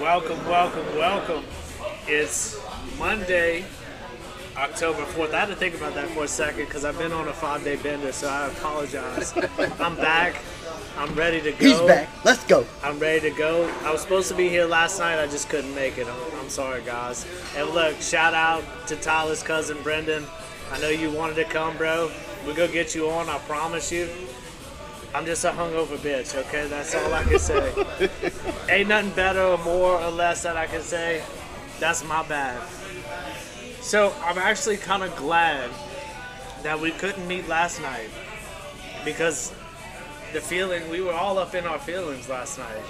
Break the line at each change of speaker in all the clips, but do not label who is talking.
Welcome, welcome, welcome. It's Monday, October 4th. I had to think about that for a second because I've been on a five day bender, so I apologize. I'm back. I'm ready to go.
He's back. Let's go.
I'm ready to go. I was supposed to be here last night. I just couldn't make it. I'm, I'm sorry, guys. And look, shout out to Tyler's cousin Brendan. I know you wanted to come, bro. We're gonna get you on. I promise you. I'm just a hungover bitch. Okay, that's all I can say. Ain't nothing better or more or less that I can say. That's my bad. So I'm actually kind of glad that we couldn't meet last night because the feeling we were all up in our feelings last night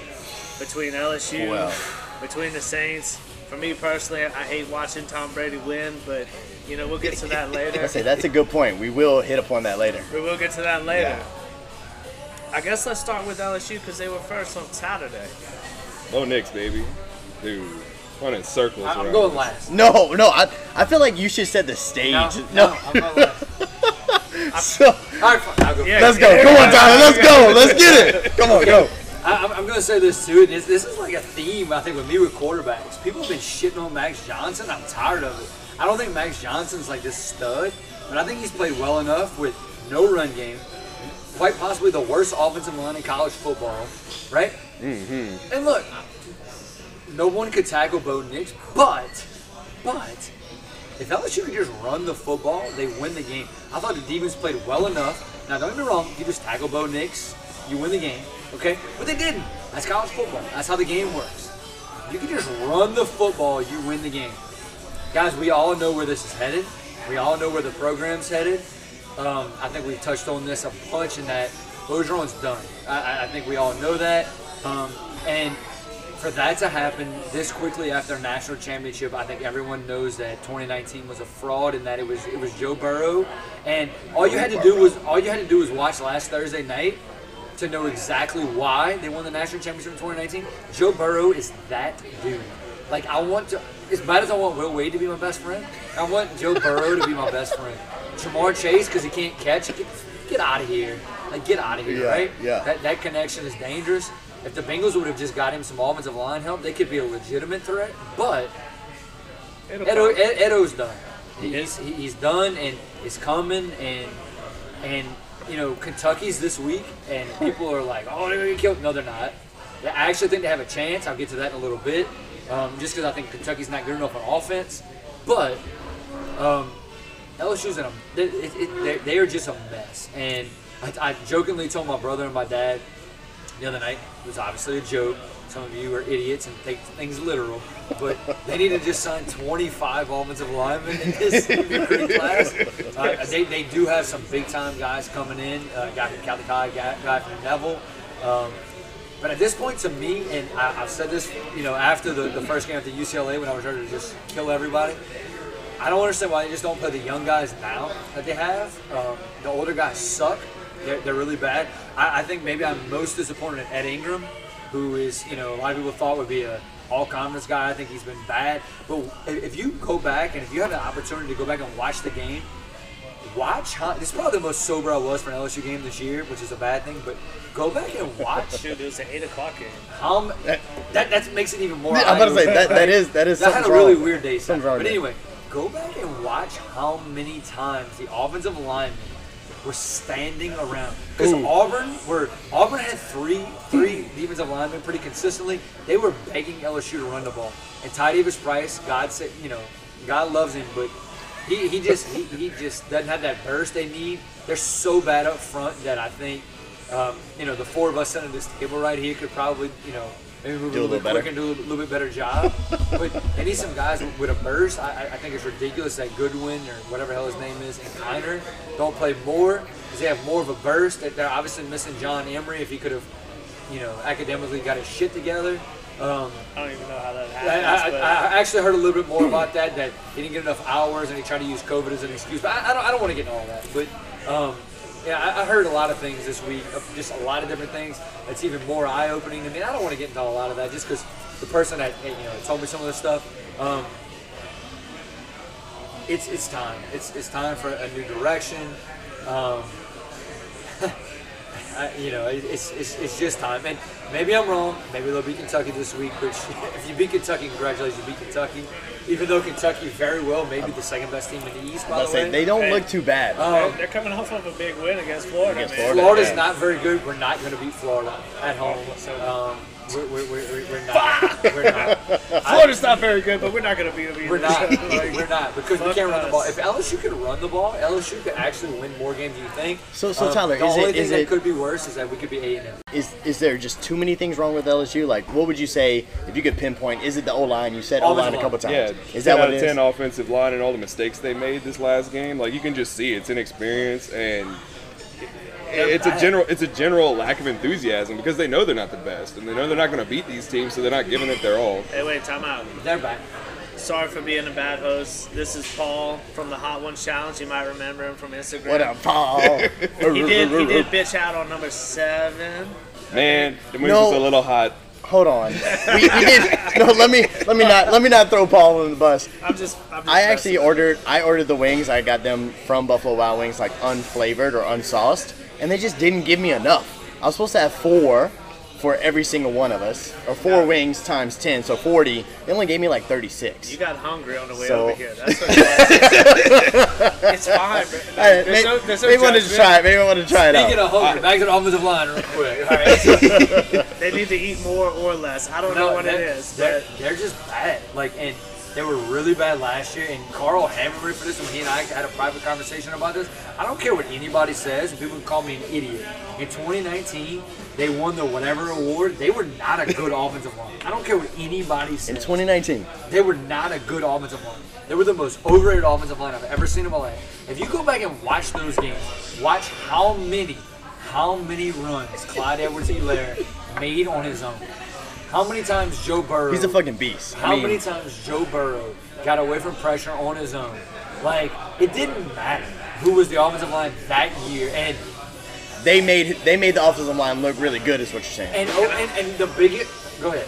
between LSU,
Well.
between the Saints. For me personally, I hate watching Tom Brady win, but you know we'll get to that later.
I say that's a good point. We will hit upon that later.
We will get to that later.
Yeah.
I guess let's start with LSU because they were first on Saturday.
Go Knicks, baby. Dude, running circles.
I- I'm
around
going
this.
last.
No, no. I, I feel like you should set the stage.
No, no, I'm going last.
So,
All right, fine, I'll go.
Yeah.
let's go. Come on, Tyler. Let's go. Let's get it. Come on, go.
I, I'm, I'm going to say this too. This, this is like a theme, I think, with me with quarterbacks. People have been shitting on Max Johnson. I'm tired of it. I don't think Max Johnson's like this stud, but I think he's played well enough with no run game, quite possibly the worst offensive line in college football, right? Mm-hmm. And look, no one could tackle Bo Nix, but, but, if LSU could just run the football, they win the game. I thought the defense played well enough. Now, don't get me wrong, you just tackle Bo Nix, you win the game, okay? But they didn't. That's college football. That's how the game works. You can just run the football, you win the game. Guys, we all know where this is headed. We all know where the program's headed. Um, I think we touched on this a bunch in that Ogeron's done. I, I- I think we all know that. Um, and for that to happen this quickly after a national championship, I think everyone knows that 2019 was a fraud and that it was it was Joe Burrow. And all you had to do was all you had to do was watch last Thursday night to know exactly why they won the national championship in 2019. Joe Burrow is that dude. Like I want to, as bad as I want Will Wade to be my best friend, I want Joe Burrow to be my best friend. Jamar Chase because he can't catch. Get, get out of here. Like get out of here,
Yeah,
right?
yeah.
That, that connection is dangerous. If the Bengals would have just got him some offensive line help, they could be a legitimate threat. But Edo, Ed, Edo's er, done. He's, he- he's done and is coming and and you know Kentucky's this week and people are like, oh, they're gonna get killed. No, they're not. I actually think they have a chance. I'll get to that in a little bit, um, just because I think Kentucky's not good enough on offense. But um, LSU's in a they, it, it, they're, they are just a mess. And I, I jokingly told my brother and my dad the other night it was obviously a joke. Some of you are idiots and take things literal, but they need to just sign 25 offensive linemen in this recruiting class. Uh, they, they do have some big time guys coming in. Uh, guy from Calico, guy, guy from Neville. Um, but at this point, to me, and I, I've said this, you know, after the, the first game at the UCLA when I was ready to just kill everybody, I don't understand why they just don't play the young guys now that they have. Um, the older guys suck. They're, they're really bad. I, I think maybe I'm most disappointed in Ed Ingram, who is, you know, a lot of people thought would be a all conference guy. I think he's been bad. But if, if you go back and if you have the opportunity to go back and watch the game, watch. Huh? This is probably the most sober I was for an LSU game this year, which is a bad thing. But go back and watch.
Dude, it was an eight o'clock game.
how m- that that makes it even more.
Uh, I'm about to say
eye-opening.
that that is that is
That had
something's
a really
wrong.
weird day. Saturday.
Something's wrong
But
there.
anyway, go back and watch how many times the offensive linemen were standing around. Because Auburn were Auburn had three three defensive linemen pretty consistently. They were begging LSU to run the ball. And Ty Davis Price, God said, you know, God loves him, but he, he just he, he just doesn't have that burst they need. They're so bad up front that I think um, you know the four of us sitting at this table right here could probably you know maybe move
Do a
a little, bit
little
quicker and do a little, little bit better job. but they need some guys with a burst. I, I- I think it's ridiculous that Goodwin or whatever the hell his name is and Kiner don't play more because they have more of a burst. They- They're obviously missing John Emery if he could have you know academically got his shit together. Um,
I don't even know how that
I, I,
happened.
I actually heard a little bit more about that. That he didn't get enough hours, and he tried to use COVID as an excuse. But I, I don't, I don't want to get into all that. But um, yeah, I, I heard a lot of things this week, of just a lot of different things. That's even more eye-opening to me. I don't want to get into a lot of that, just because the person that you know told me some of this stuff. Um, it's it's time. It's it's time for a new direction. Um, I, I, you know, it- it's, it's, it's just time. And maybe I'm wrong. Maybe they'll beat Kentucky this week. Which, if you beat Kentucky, congratulations, you beat Kentucky. Even though Kentucky very well may be the second best team in the East, by
I'll
the
say,
way.
they don't
Hey.
look too bad.
They're,
um,
they're coming off of a big win against Florida.
Against
man.
Florida.
Florida's
yeah.
not very good. We're not going to beat Florida at home. Um, we're, we're, we're, we're- we're not. We're not.
Florida's not very good, but we're not going to beat them either.
We're not.
so, like,
We're not because we
fuck
can't run the ball.
us.
If LSU could run the ball, LSU could actually win more games than you think. Um,
So- so, Tyler,
the
is it-
only thing
is
that
it-
could be worse is that we could be eight and zero.
Is is there just too many things wrong with LSU? Like, what would you say if you could pinpoint? Is it the O line? You said O
Offensive
line a couple times.
Yeah,
is
10
that
out
what
of
it
ten
is?
offensive line and all the mistakes they made this last game. Like you can just see it's inexperience and it- it's a
bad.
general it's a general lack of enthusiasm because they know they're not the best and they know they're not going to beat these teams, so they're not giving it their all.
Hey, wait, time out.
They're back.
Sorry for being a bad host. This is Paul from the Hot Ones Challenge. You might remember him from Instagram.
What up, Paul?
He did. He did bitch out on number seven.
Man, the moon's
No.
just a little hot.
Hold on. We, we did. No, let me let me not let me not throw Paul on the bus.
I'm just. I'm just
I actually
messing.
ordered I ordered the wings. I got them from Buffalo Wild Wings, like unflavored or unsauced, and they just didn't give me enough. I was supposed to have four for every single one of us, or four wings times ten, so forty. They only gave me like thirty-six.
You got hungry on the way
So-
over here. That's what it was. It's fine, bro.
Hey,
There's
may-
no, there's no
maybe wanted to
judgment.
try it. Maybe wanted to try it
Speaking
out.
of hunger, back to the offensive line real quick. All right, so,
They need to eat more or less. I don't know
no,
what it
they're,
is,
they're,
but
they're just bad. Like, and they were really bad last year. And Carl Hammery for this one, he and I had a private conversation about this. I don't care what anybody says. and People can call me an idiot. In 2019, they won the whatever award. They were not a good offensive line. I don't care what anybody
In
says.
2019,
They were not a good offensive line. They were the most overrated offensive line I've ever seen in my life. If you go back and watch those games, watch how many, how many runs Clyde edwards helaire made on his own. How many times Joe Burrow?
he's a fucking beast.
How
I mean,
many times Joe Burrow got away from pressure on his own? Like it didn't matter who was the offensive line that year, and
they made they made the offensive line look really good. Is what you're saying?
and oh, and, and the biggest. Go ahead.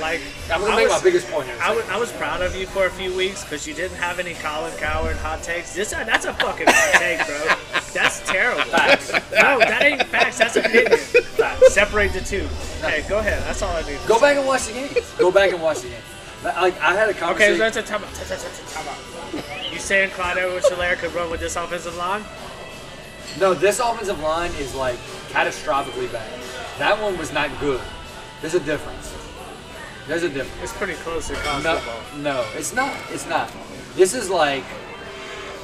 like
I'm gonna
I
make
was-
my biggest point here.
I wa- I was proud of you for a few weeks because you didn't have any Colin Coward hot takes. This uh, that's a fucking hot take, bro. That's terrible.
Facts.
No, that ain't facts. That's opinion. Separate the two. Hey, go ahead. That's all I need.
Go back and watch the game. Go back and watch the game. Like I had a conversation.
Okay, that's a time out. That's a- that's a time out. You saying Clyde edwards helaire could run with this offensive line?
No, this offensive line is like catastrophically bad. That one was not good. There's a difference. There's a difference.
It's pretty close to college
No,
football.
no, it's not. It's not. This is like,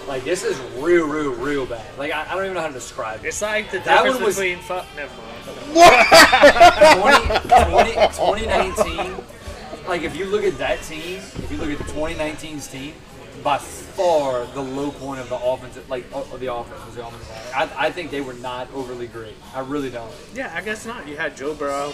like this is real, real, real bad. Like I, I don't even know how to describe it.
It's like the
That
difference
one was-
between fuck. Never mind.
20, 20, 2019. Like if you look at that team, if you look at 2019's team, by far the low point of the offensive, like of of the offense was the offensive line. I, I think they were not overly great. I really don't.
Yeah, I guess not. You had Joe Burrow,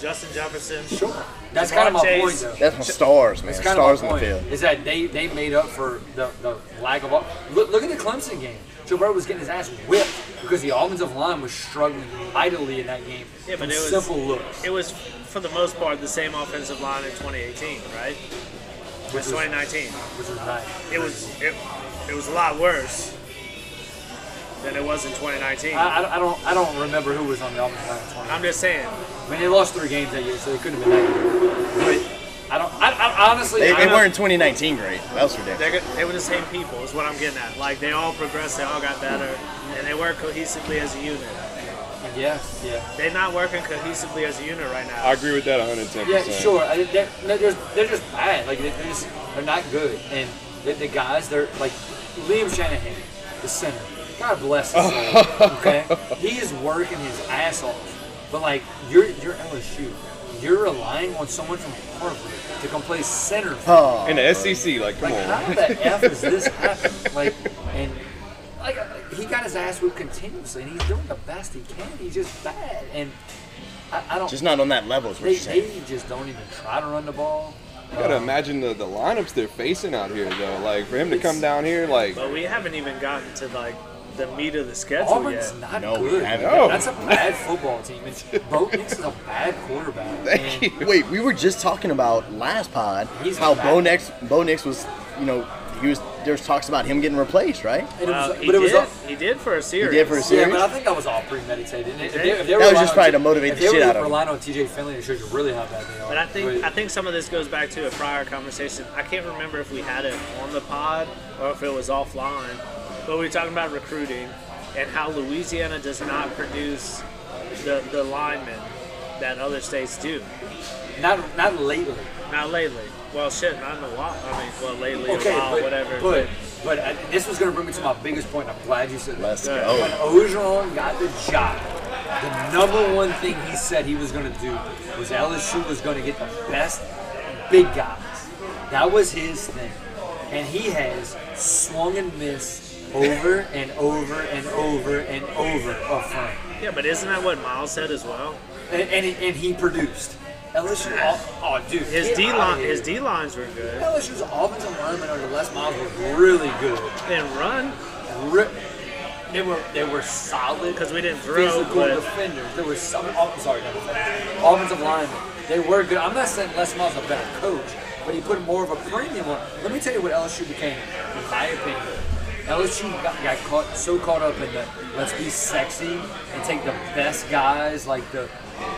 Justin Jefferson.
Sure. That's kind of my
Chase.
point, though.
That's my stars, man.
That's kind
Stars
of my
in the
point.
field.
Is that they, they made up for the, the lack of. Look, look at the Clemson game. Joe Burrow was getting his ass whipped because the offensive line was struggling mightily in that game.
Yeah, but
from
it was-
simple looks.
It was, for the most part, the same offensive line in 2018, right?
Which
It's
was,
2019.
which was nice.
It was it, it was a lot worse than it was in 2019.
I, I, I don't I don't remember who was on the offensive line. in 20.
I'm just saying.
I mean, they lost three games that year, so they couldn't have been that good. But I don't. I, I honestly.
They,
I
they
don't-
weren't 2019 great. That was ridiculous.
They're, go- they were the same people, is what I'm getting at. Like, they all progressed, they all got better, and they work cohesively as a unit.
Yeah. Yeah.
They're not working cohesively as a unit right now.
I agree with that 110.
Yeah. Sure. I, they're, they're just they're just bad. Like they're just they're not good. And the, the guys, they're like Liam Shanahan, the center. God bless his soul. Okay. he is working his ass off. But like you're you're LSU. You're relying on someone from Harvard to come play center. for you.
Oh,
In the SEC, like come
Like,
on.
how the F is this happening? Like, and like he got his ass whipped continuously, and he's doing the best he can. He's just bad, and I, I don't.
just not on that level is what
they,
you're saying.
they just don't even try to run the ball. Um,
You gotta imagine the, the lineups they're facing out here though. Like for him to come down here, like
But we haven't even gotten to, like, the meat of the schedule
Auburn's
yet.
not
No,
good.
we haven't.
No.
That's a bad football team. It's, Bo Nix is a bad quarterback.
thank
Mm.
and
you.
Wait, we were just talking about last pod
He's
how
back.
Bo Nix, Bo Nix was, you know, he was there was talks about him getting replaced, right?
And
Well,
it was,
he
but it was
did.
all,
he did for a series.
He did for a
yeah,
series.
but I think that was all premeditated. And if they- if they
That was
rely
just
on
probably to
T-
motivate
if
the shit
they were
out of him.
relying on TJ Finley, it shows you really how bad they are.
But I think I think some of this goes back to a prior conversation. I can't remember if we had it on the pod or if it was offline, but we were talking about recruiting and how Louisiana does not produce the the linemen that other states do.
not not lately.
Not lately. Well, shit, not in a while. I mean, well, lately,
Okay,
a while,
but,
whatever.
but but I, this was going to bring me to my biggest point. I'm glad you said
Let's
that.
Yeah.
go.
When Ogeron got the job, the number one thing he said he was going to do was LSU was going to get the best big guys. That was his thing, and he has swung and missed over and over and over and over a frame
yeah, but isn't that what Miles said as well?
and and he, and he produced. LSU, oh, oh dude,
His
get
D
outta
line,
here.
his D lines were good.
LSU's offensive linemen under Les Miles were really good.
And run
Re- they were they were solid
because we didn't throw.
physical
But
defenders. There were some. Oh, I'm sorry, not defenders. offensive linemen. They were good. I'm not saying Les Miles is a better coach, but he put more of a premium on. Let me tell you what LSU became, in my opinion. LSU got, got caught so caught up in the let's be sexy and take the best guys, like the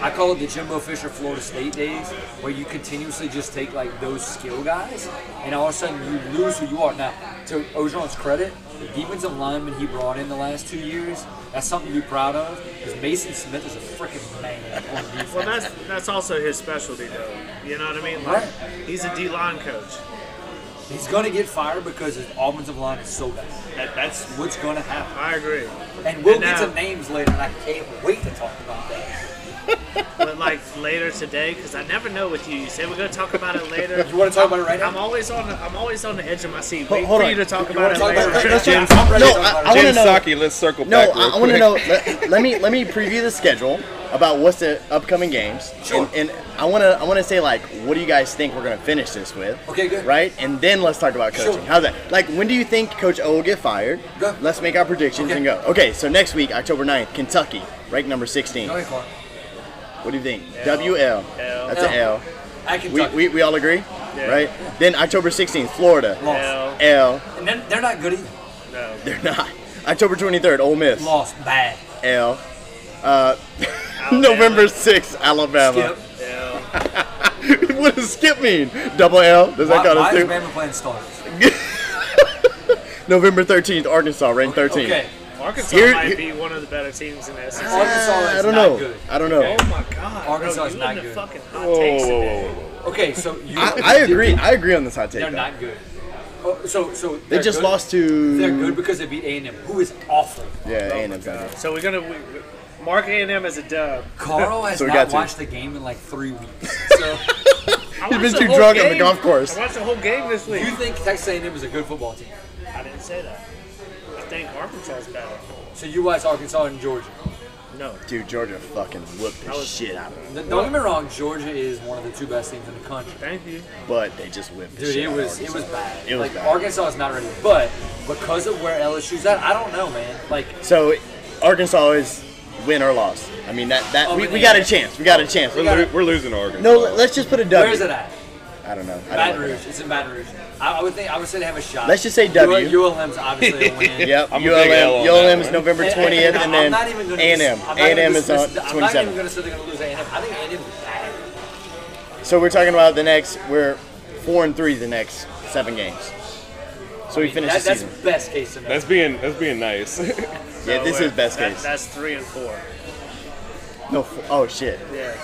I call it the Jimbo Fisher Florida State days, where you continuously just take like those skill guys, and all of a sudden you lose who you are. Now, to Ogeron's credit, the defensive lineman he brought in the last two years, that's something to be proud of. Because Mason Smith is a freaking man on defense.
well, that's that's also his specialty, though. You know what I mean? Like
Right.
he's a D line coach.
He's gonna get fired because his offensive line is so bad. That, that's what's gonna happen.
I agree.
And we'll
And
get
now-
to names later, and I can't wait to talk about that.
but like later today, because I never know with you. You say we're gonna talk about it later.
You wanna talk about it right now?
I'm always on. I'm always on the edge of my seat.
Ho-
Wait
hold
for
on.
you to talk
You
about
wanna
it
talk about
later.
it right now?
Shit,
Jim,
I'm-
I'm ready to
no,
talk about
I
it.
wanna
Jen
know-
Psaki, let's circle
No,
back. real
I, I want to
quick.
know. Let, let me let me preview the schedule about what's the upcoming games.
Sure.
And, and I want to I want to say like, what do you guys think we're gonna finish this with?
Okay, good.
Right, and then let's talk about coaching.
Sure.
How's that? Like, when do you think Coach O will get fired?
Go.
Let's make our predictions
Okay.
and go. Okay, so next week, October 9th, Kentucky, ranked number 16.
Go ahead, Clark.
What do you think?
L.
WL.
L.
That's an
L.
L.
I can
We,
talk.
we, we all agree,
Yeah.
right? Then October 16th, Florida.
lost.
Hell,
L.
And then they're not good either.
no.
They're not. October 23rd, Ole Miss.
Lost bad.
L. Uh, November 6th, Alabama.
Skip.
Hell.
what does skip mean? Double L? Does that
Why,
count
why
as
is
two?
Bama playing stars?
November 13th, Arkansas, ranked 13th.
Okay.
Arkansas
Here-
might be one of the better teams in the SEC.
Arkansas is
I don't
not
know.
good.
I don't know.
Oh my God!
Arkansas
bro,
is
you
not
in the
good.
Fucking hot
Whoa,
takes
whoa, whoa,
today.
whoa, whoa.
Okay, so you.
I, I agree. I agree on this hot take.
They're
though.
not good. Oh, so so
They
they're
just
good-
lost to.
They're good because they beat A and M, who is awful.
Yeah,
Oh my
A&M's not
God.
good.
So we're gonna we, we- mark A and M as a dub.
Carl has
So we got
not
to.
watched the game in like three weeks.
I
So
You've
watched
been
the
too
whole
drunk on the
game.
golf course.
I watched the whole game this week.
you think Texas A&M is a good football team?
I didn't say that. I think Arkansas is better.
So you watch Arkansas and Georgia.
No.
Dude, Georgia fucking whooped the
I was-
shit out of them.
N- Don't get me wrong, Georgia is one of the two best teams in the country.
Thank you.
But they just whipped the
Dude,
shit
it
out of
was it
Arkansas.
was bad.
It was
like
bad.
Arkansas is not ready, but because of where LSU's at, I don't know, man. Like
So Arkansas is win or loss. I mean that that
Oh,
we,
but
we
they- Oh,
got a chance. We got a chance.
We
We're,
got
lo-
it.
we're losing to Arkansas.
No, let's just put a W.
where is it at?
I don't know. I
Baton
don't know.
Rouge. It's in Baton Rouge. I, I would think I would say they have a shot.
Let's just say
U-
W.
ULM's obviously a win.
Yep.
I'm a big L
ULM.
on
ULM
that
is
one.
November
And- and-
twentieth, and
I'm
then
not even gonna
A&M.
dis- I'm not even
A&M is
dismiss-
on
I'm not even
twenty-seventh.
going to say they're going to lose A&M. I think A&M is bad.
So we're talking about the next. We're four and three the next seven games. So we finish
That-
the
that's
season.
best case scenario.
That's being that's being nice.
Yeah, this
So,
is best
that-
case.
That's three and four.
No. f- Oh shit.
Yeah.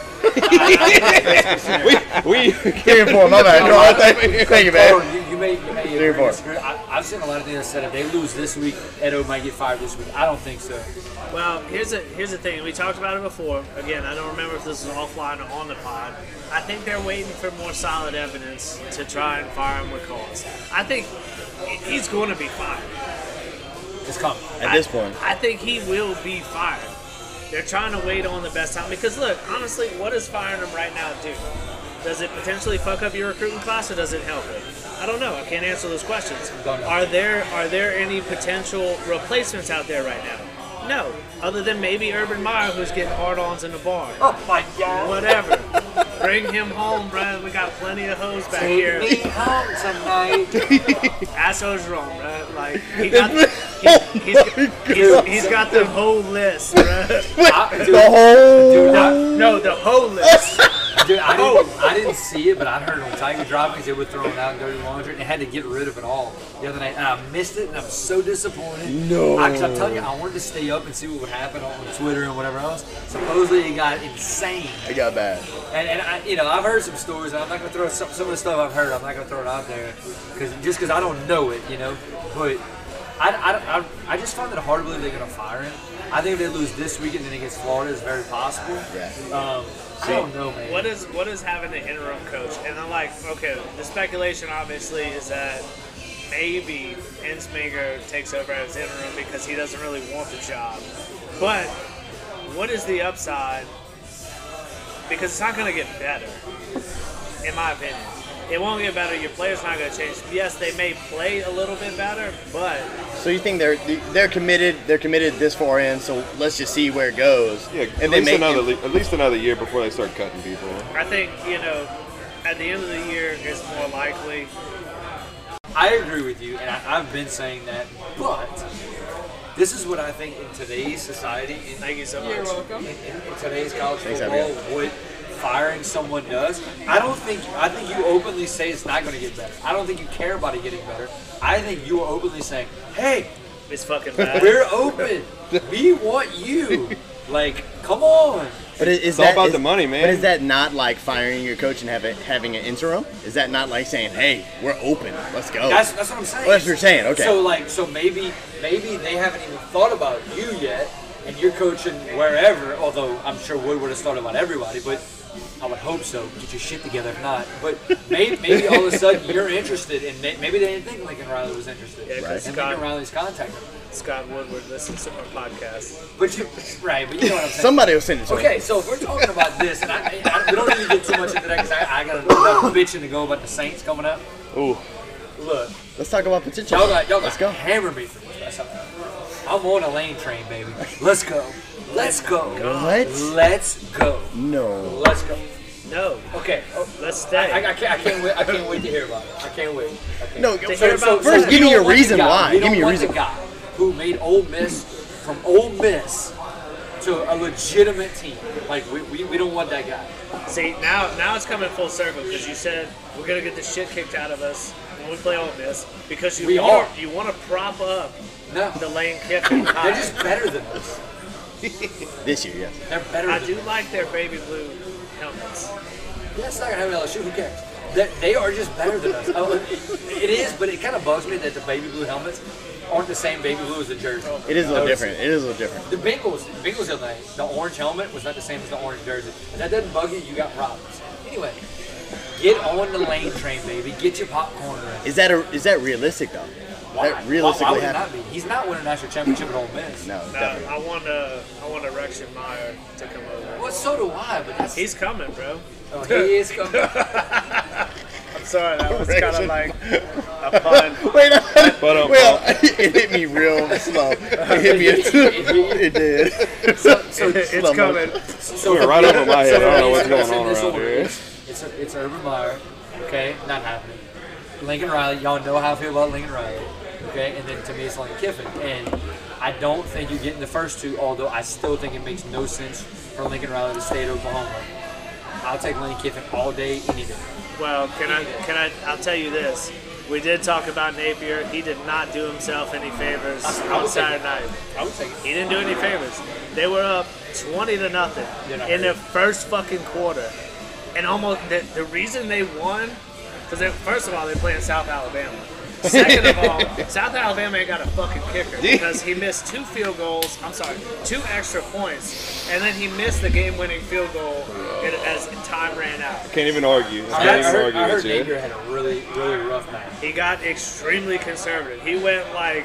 we we
Three and four. My bad. No, I thank, thank you, man.
Or you, you may, you may
Three or
agree
four.
or disagree. I, I've seen a lot of things that said if they lose this week, Edo might get fired this week. I don't think so.
Well, here's a here's the thing. We talked about it before. Again, I don't remember if this was offline or on the pod. I think they're waiting for more solid evidence to try and fire him with cause. I think he- he's going to be fired.
It's coming.
At this point,
I think he will be fired. They're trying to wait on the best time because look, honestly, what does firing him right now do? Does it potentially fuck up your recruiting class or does it help it? I don't know. I can't answer those questions.
Don't know.
Are there are there any potential replacements out there right now? No, other than maybe Urban Meyer, who's getting hard-ons in the bar.
Oh my God.
Whatever. Bring him home, bro. We got plenty of hoes back here.
Me home tonight.
Assholes wrong, bro. Like he got,
Oh
he, he's, he's, he's got the whole list, bro.
I, dude,
The whole.
dude, I,
No, the whole list.
Dude, I didn't, I didn't see it, but I heard on Tiger Driving they were throwing out dirty laundry and they had to get rid of it all the other night. And I missed it, and I'm so disappointed.
No.
I, 'cause I'm telling you, I wanted to stay up and see what would happen on Twitter and whatever else. Supposedly it got insane.
It got bad.
And, and I, you know, I've heard some stories, and I'm not going to throw some, some of the stuff I've heard, I'm not going to throw it out there cause, just because I don't know it, you know. But I, I, I, I just find it hard to believe they're going to fire him. I think if they lose this weekend, then against Florida is very possible.
Yeah.
Um, I don't know, man.
What is what is having an interim coach? And I'm like, okay, the speculation obviously is that maybe Ensminger takes over as interim because he doesn't really want the job. But what is the upside? Because it's not going to get better, in my opinion. It won't get better. Your player's not going to change. Yes, they may play a little bit better, but
So you think they're they're committed? They're committed this far in. So let's just see where it goes.
Yeah, at
and they
least
make
another
him-
le- at least another year before they start cutting people.
I think you know, at the end of the year, it's more likely.
I agree with you, and I, I've been saying that, but this is what I think in today's society, in,
Thank you so
in,
much.
in- in today's college
Thanks,
football, what firing someone does. I don't think, I think you openly say it's not going to get better. I don't think you care about it getting better. I think you are openly saying, hey,
It's fucking bad.
we're open. we want you. Like, come on.
But is, is
all
that-
about
is-
the money, man.
But is that not like firing your coach and having having an interim? Is that not like saying, "Hey, we're open, let's go"?
That's, that's what I'm saying.
Well, Oh. that's what you're saying, okay.
So like, so maybe maybe they haven't even thought about you yet, and you're coaching wherever. Although I'm sure Wood would have thought about everybody, but I would hope so. Get your shit together, if not. But maybe, maybe all of a sudden you're interested, and may, maybe they didn't think Lincoln Riley was interested.
Yeah, 'cause
And
Scott-
Lincoln Riley's contacted. him.
Scott Woodward listens to our podcast.
But you right, but you know what I'm saying.
Somebody will send it to
Okay,
him.
so if we're talking about this, and I, I, we don't need to get too much into that because I, I got another bitching to go about the Saints coming up.
Ooh,
Look,
Let's talk about potential.
Y'all got, y'all
let's
got
go.
hammer me for this. I'm on a lane train, baby. Let's go. Let's go.
What?
Let's go.
No.
Let's go.
No,
Okay. Oh,
let's
I,
stay.
I, can't, I can't wait. I can't wait to hear about it. I can't wait. I can't
No.
wait.
hear about-
first,
we
give me
don't
a
want the
reason
guy-
why.
We
Give me
don't
a
want the
reason.
guy who made Ole Miss from Ole Miss to a legitimate team. Like we, we, we don't want that guy.
See now, now it's coming full circle because you said we're gonna get the shit kicked out of us when we play Ole Miss because you
We
want,
are.
you want to prop up
No.
the lane kicking.
They're just better than us.
This year, yes.
They're better.
I
than
do like their baby blue helmets.
That's not gonna happen at LSU. Who cares? That they are just better than us. Oh, it is, but it kind of bugs me that the baby blue helmets aren't the same baby blue as the jersey.
It is a little
Notice-
different. It is a little different.
The Bengals, the Bengals the other night, the orange helmet was not the same as the orange jersey. If that doesn't bug you, you got problems. Anyway, get on the lane train, baby. Get your popcorn ready.
Is that a, is that realistic though?
Why?
That
why, why
realistically
would it not
happened.
be? He's not winning a national championship at Ole Miss.
No,
Uh,
definitely.
I want uh, I want Rexon Meyer to come over.
Well, so do I, but that's,
He's coming, bro.
oh, he is coming.
I'm sorry, that was kind of
Rexon.
like a pun.
Wait, I,
But, um,
well, it hit me real slow. It hit me. it did.
So, so,
It's coming.
so
went right over my head. I don't know what's
It's-
going on
it's in
around
disorder.
here.
It's, it's Urban Meyer, okay? Not happening. Lincoln Riley, y'all know how I feel about Lincoln Riley, okay? And then to me, it's Lane Kiffin. And I don't think you're getting the first two, although I still think it makes no sense for Lincoln Riley to stay at Oklahoma. I'll take Lane Kiffin all day, any day.
Well, can I can I? I'll tell you this. We did talk about Napier. He did not do himself any favors
I- I
on
would say-
Saturday night.
I would take it.
He didn't do any favors. They were up 20 to nothing
They're not
in
hurt.
the first fucking quarter. And almost the, the reason they won, because first of all, they play in South Alabama. Second of all, South Alabama ain't got a fucking kicker because he missed two field goals. I'm sorry, two extra points, and then he missed the game-winning field goal in- as time ran out.
can't even argue. I
I
can't even
heard,
argue
I heard
with you.
Napier had a really, really rough night.
He got extremely conservative. He went like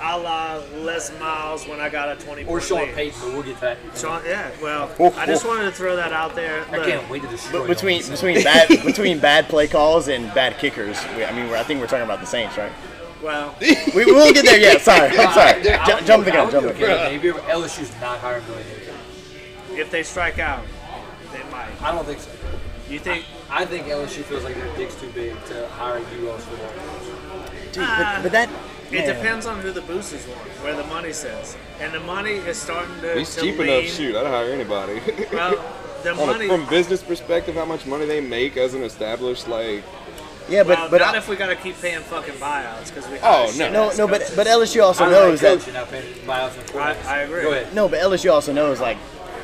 a la Les Miles when I got a 20
Or
point
Sean
lead.
Payton, but we'll get that.
Sean, yeah, well,
Oh,
I just wanted to throw that out there.
I
Look,
can't wait to destroy
But between
them.
between bad between bad play calls and bad kickers, we, I mean, we're, I think we're talking about the Saints, right?
well,
We will get there. Yeah, sorry, I'm sorry.
Dude, I
Ju-
would
jump
be-
the
I
gun,
would
jump
be
the
okay
gun.
with Napier, but LSU's not hiring Billy Napier.
if they strike out, they might.
I don't think so.
You think?
I think LSU feels like their dick's too big to hire you also.
Dude, but, but that.
It
man.
depends on who the boosters want, where the money sits, and the money is starting to.
He's
to
cheap
lean.
enough. Shoot, I'd hire anybody.
Well, the
On a-
money.
from business perspective, how much money they make as an established like
Yeah, but
well,
but
not
I-
if we gotta keep paying fucking buyouts because we.
Oh,
shit
no.
no
ass
no, but
coaches.
but LSU also
I
knows that
coaching up in miles and
I- I agree.
Go ahead.
No, but LSU also knows like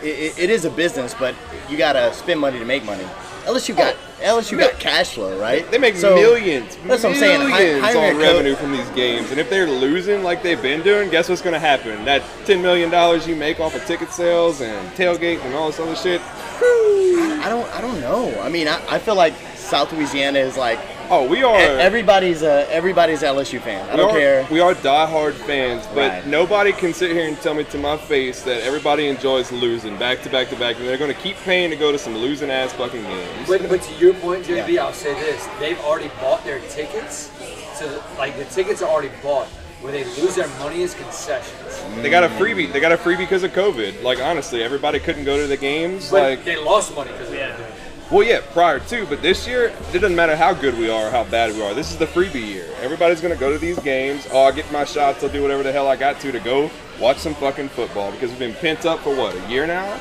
it, it, it is a business, but you gotta spend money to make money. LSU got LSU got cash flow, right?
They make
So,
millions.
That's what I'm saying. Hi-
Millions
hiring
on
a coach-
revenue from these games, and if they're losing like they've been doing, guess what's going to happen? That ten million dollars you make off of ticket sales and tailgate and all this other shit.
I don't I don't know. I mean, I, I feel like South Louisiana is like
Oh, we are.
e- everybody's a everybody's a LSU fan. I
we
don't
are,
care.
We are diehard fans, but
Right.
nobody can sit here and tell me to my face that everybody enjoys losing back to back to back, and they're going to keep paying to go to some losing ass fucking games.
But, but to your point, JB, I'll say this: they've already bought their tickets, so the, like the tickets are already bought. Where they lose their money is concessions.
They got a freebie. They got a freebie because of COVID. Like honestly, everybody couldn't go to the games.
But
like
they lost money because
Yeah.
yeah.
Well, yeah, prior to, but this year, it doesn't matter how good we are, or how bad we are. This is the freebie year. Everybody's going to go to these games. Oh, I'll get my shots. I'll do whatever the hell I got to to go watch some fucking football because we've been pent up for what, a year now?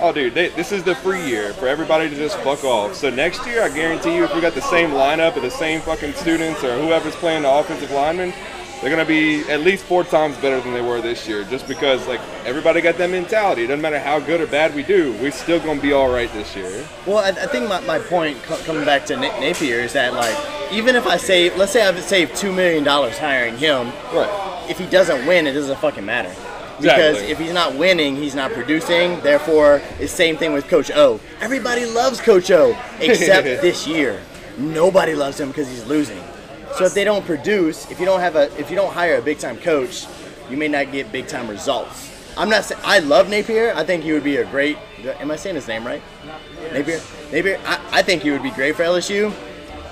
Oh, dude, they, this is the free year for everybody to just fuck off. So next year, I guarantee you, if we got the same lineup or the same fucking students or whoever's playing the offensive linemen, they're gonna be at least four times better than they were this year, just because like everybody got that mentality. It doesn't matter how good or bad we do, we're still gonna be all right this year.
Well, I, I think my, my point co- coming back to Na- Napier is that like even if I save let's say I've saved two million dollars hiring him,
Right.
if he doesn't win, it doesn't fucking matter. Because
Exactly.
if he's not winning, he's not producing. Therefore, it's same thing with Coach O. Everybody loves Coach O, except this year. Nobody loves him because he's losing. So if they don't produce, if you don't have a, if you don't hire a big time coach, you may not get big time results. I'm not. Say- I love Napier. I think he would be a great. Am I saying his name right? Napier. Napier. I, I think he would be great for LSU.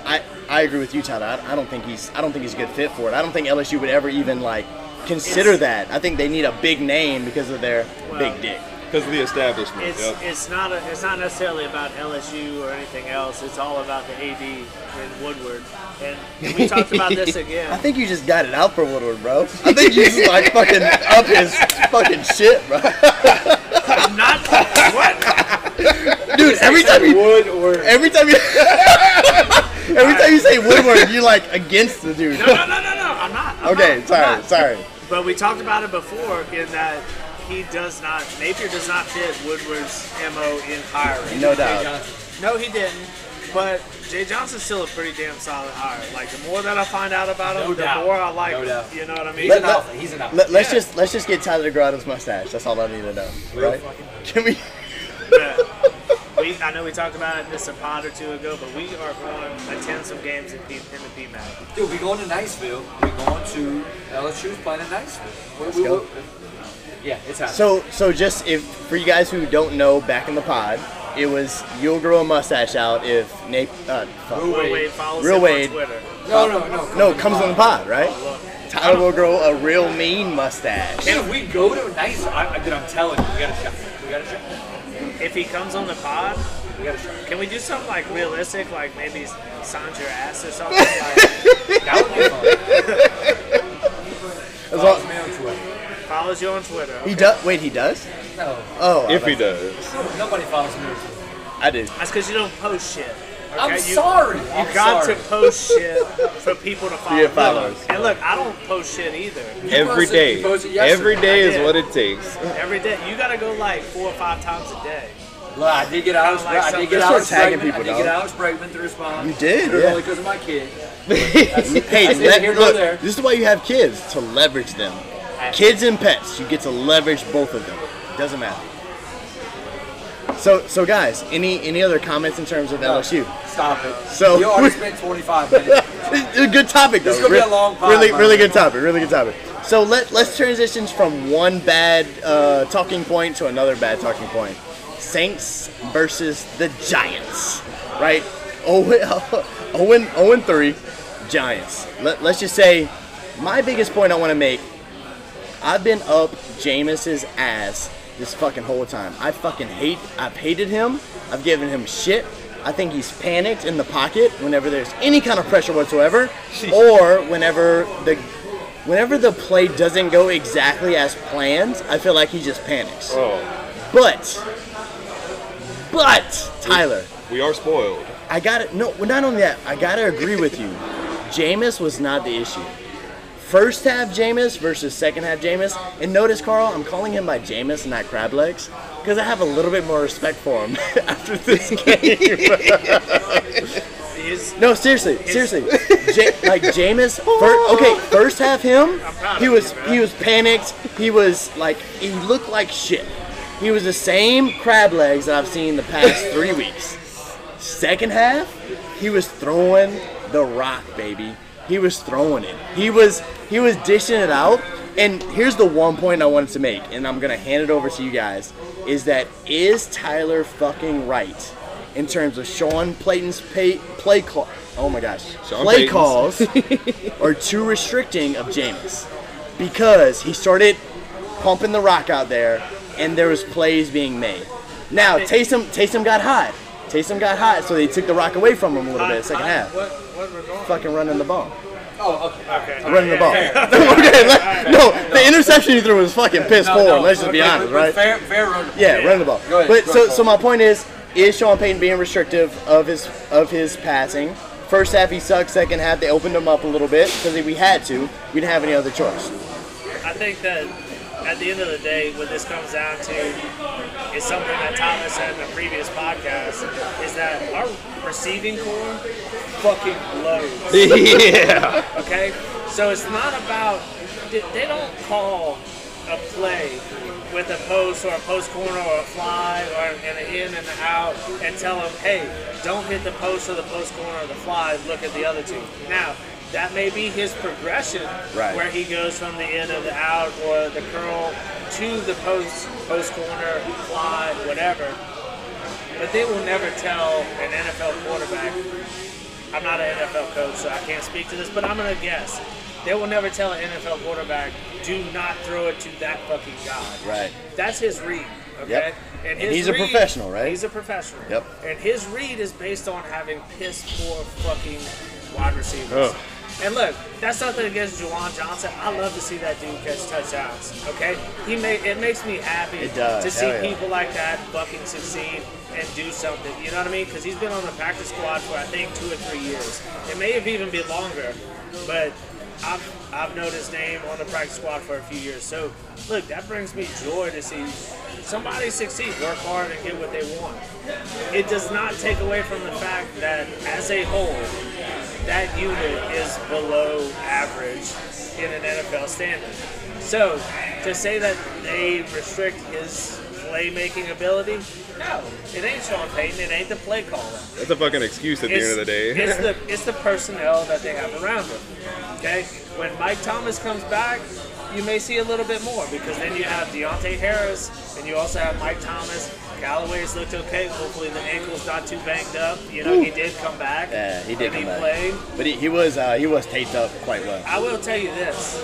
I, I agree with you, Tyler. I, I don't think he's I don't think he's a good fit for it. I don't think LSU would ever even like consider that. I think they need a big name because of their
Well,
big dick.
Because of the establishment.
It's
yep.
it's not a, it's not necessarily about LSU or anything else. It's all about the AD and Woodward. And we talked about this
I
again.
think you just got it out for Woodward, bro. I think you just like fucking up his fucking shit, bro.
I'm not what
Dude, every time you
wood or
every time you every time you say Woodward, you like against the dude.
no no no no no. I'm not. I'm not,
Okay,
I'm
sorry,
not.
sorry.
But we talked about it before in that he does not Napier does not fit Woodward's mo in hiring.
No doubt.
Johnson.
No, he didn't. But Jay Johnson's still a pretty damn solid hire. Like the more that I find out about him,
No
the
doubt.
more I like.
No
him.
doubt.
You know what I mean?
He's an
let-
alpha. He's an alpha.
Let, let's
Yeah.
just let's just get Tyler DeGrado's mustache. That's all I need to know,
Real
right?
fucking-
Can we?
Yeah. we, I know we talked about it just a pod or two ago, but we are going to attend some games in, P, in the PMAC.
Dude, we going to Niceville. We going to LSU's playing in Niceville. We- we-
go.
we- yeah, it's happening.
So, so just if for you guys who don't know, back in the pod, it was you'll grow a mustache out if Nate. Uh, fuck.
Real
Real
Wade.
Wade follows
Real
him
Wade.
on Twitter.
no, no, no. come
No,
on.
comes on the pod, right?
Look,
Tyler will grow a real mean mustache.
And if we go to Niceville, I, I- dude, I'm telling you, we got a shot. We got a shot.
if he comes on the pod,
We got a shot.
can we do something like realistic, like maybe sign your ass or something? Like,
That would be fun.
As long-
Follow me on Twitter.
follows you on Twitter.
he does. Wait, he does?
No,
Oh,
If he
does,
does.
nobody follows me on Twitter.
I do.
That's because you don't post shit.
I'm
okay? You-
sorry.
You
I'm
got
sorry.
to post shit for people to follow.
your followers.
And look, I don't post shit either.
Every
posted- you
day.
posted yesterday.
Every day
I
is
did.
what it takes.
Every day, you gotta go like four or five times a day.
Well, I did get Alex.
I like
I
something.
did get
Start
Alex
tagging
Bregman.
people,
I did
dog.
get Alex Bregman to respond.
You did,
It was
yeah.
Only because of my kid.
hey,
that's neither
let,
here nor
look,
there.
this is why you have kids to leverage them. Kids and pets, you get to leverage both of them. Doesn't matter. So, so guys, any any other comments in terms of LSU?
Stop it.
Oh, So-
you already spent 25 minutes.
It's a good topic though.
This is gonna be a
Re-
long pod,
Really,
by
really
the way.
good topic. Really good topic. So let let's transition from one bad uh, talking point to another bad talking point. Saints versus the Giants, right? Owen Owen Owen three, Giants. Let, let's just say, my biggest point I want to make. I've been up Jameis's ass this fucking whole time. I fucking hate. I've hated him. I've given him shit. I think he's panicked in the pocket whenever there's any kind of pressure whatsoever, or whenever the whenever the play doesn't go exactly as planned. I feel like he just panics.
Oh,
But but Tyler,
we are spoiled.
I gotta no. well, Not only that, I gotta agree with you. Jameis was not the issue. First half Jameis versus second half Jameis. And notice, Carl, I'm calling him by Jameis, not Crab Legs, because I have a little bit more respect for him after this game.
He's,
no, seriously, seriously. Ja- like Jameis, fir- okay, first half him,
proud of
he
you,
was
man.
he was panicked. He was like he looked like shit. He was the same crab legs that I've seen the past three weeks. Second half, he was throwing the rock, baby. He was throwing it. He was he was dishing it out. And here's the one point I wanted to make, and I'm gonna hand it over to you guys, is that is Tyler fucking right in terms of Sean Playton's pay, play call? Oh my gosh,
Sean
play
Payton's.
calls are too restricting of Jameis because he started pumping the rock out there, and there was plays being made. Now Taysom Taysom got hot. Taysom got hot, so they took the rock away from him a little bit. Second half,
What, what regard?
fucking running the ball,
Oh, okay.
Okay.
running the ball. okay, let- no, the interception he threw was fucking piss poor. Let's just be
Okay,
honest,
but-
right?
but Fair, fair run. of the
Yeah,
ball.
running the ball.
Go ahead,
but
go
so,
ahead,
so
Cole.
my point is, is Sean Payton being restrictive of his of his passing? First half he sucked. Second half they opened him up a little bit because we had to. We didn't have any other choice.
I think that at the end of the day, what this comes down to is something that Thomas said in the previous podcast is that our receiving core fucking loads.
yeah.
Okay? So it's not about, they they don't call a play with a post or a post corner or a fly or an in and an out and tell them, hey, don't hit the post or the post corner or the fly, look at the other two. Now, that may be his progression
Right.
where he goes from the in of the out or the curl to the post, post corner, fly, whatever. But they will never tell an NFL quarterback I'm not an NFL coach, so I can't speak to this, but I'm gonna guess they will never tell an NFL quarterback, "Do not throw it to that fucking guy."
Right.
That's his read. Okay.
Yep. And he's a professional, right?
He's a professional.
Yep.
And his read is based on having piss poor fucking wide receivers.
Ugh.
And look, that's nothing against Juwan Johnson. I love to see that dude catch touchdowns. Okay, he made it makes me happy
It does,
to see
hell yeah.
people like that fucking succeed and do something. You know what I mean? Because he's been on the practice squad for I think two or three years. It may have even been longer, but I've I've known his name on the practice squad for a few years. So look, that brings me joy to see somebody succeed, work hard, and get what they want. It does not take away from the fact that as a whole, that unit is below average in an NFL standard. So to say that they restrict his playmaking ability, no, it ain't Sean Payton. It ain't the play caller.
That's a fucking excuse at the
It's,
end of the day.
it's the it's the personnel that they have around him. Okay, when Mike Thomas comes back, you may see a little bit more because then you have Deontay Harris and you also have Mike Thomas. Galloway's looked okay. Hopefully the ankle's not too banged up. You know he did come back.
Yeah, he did
and
come
he
back.
played.
But he, he was uh, he was taped up quite well.
I will tell you this.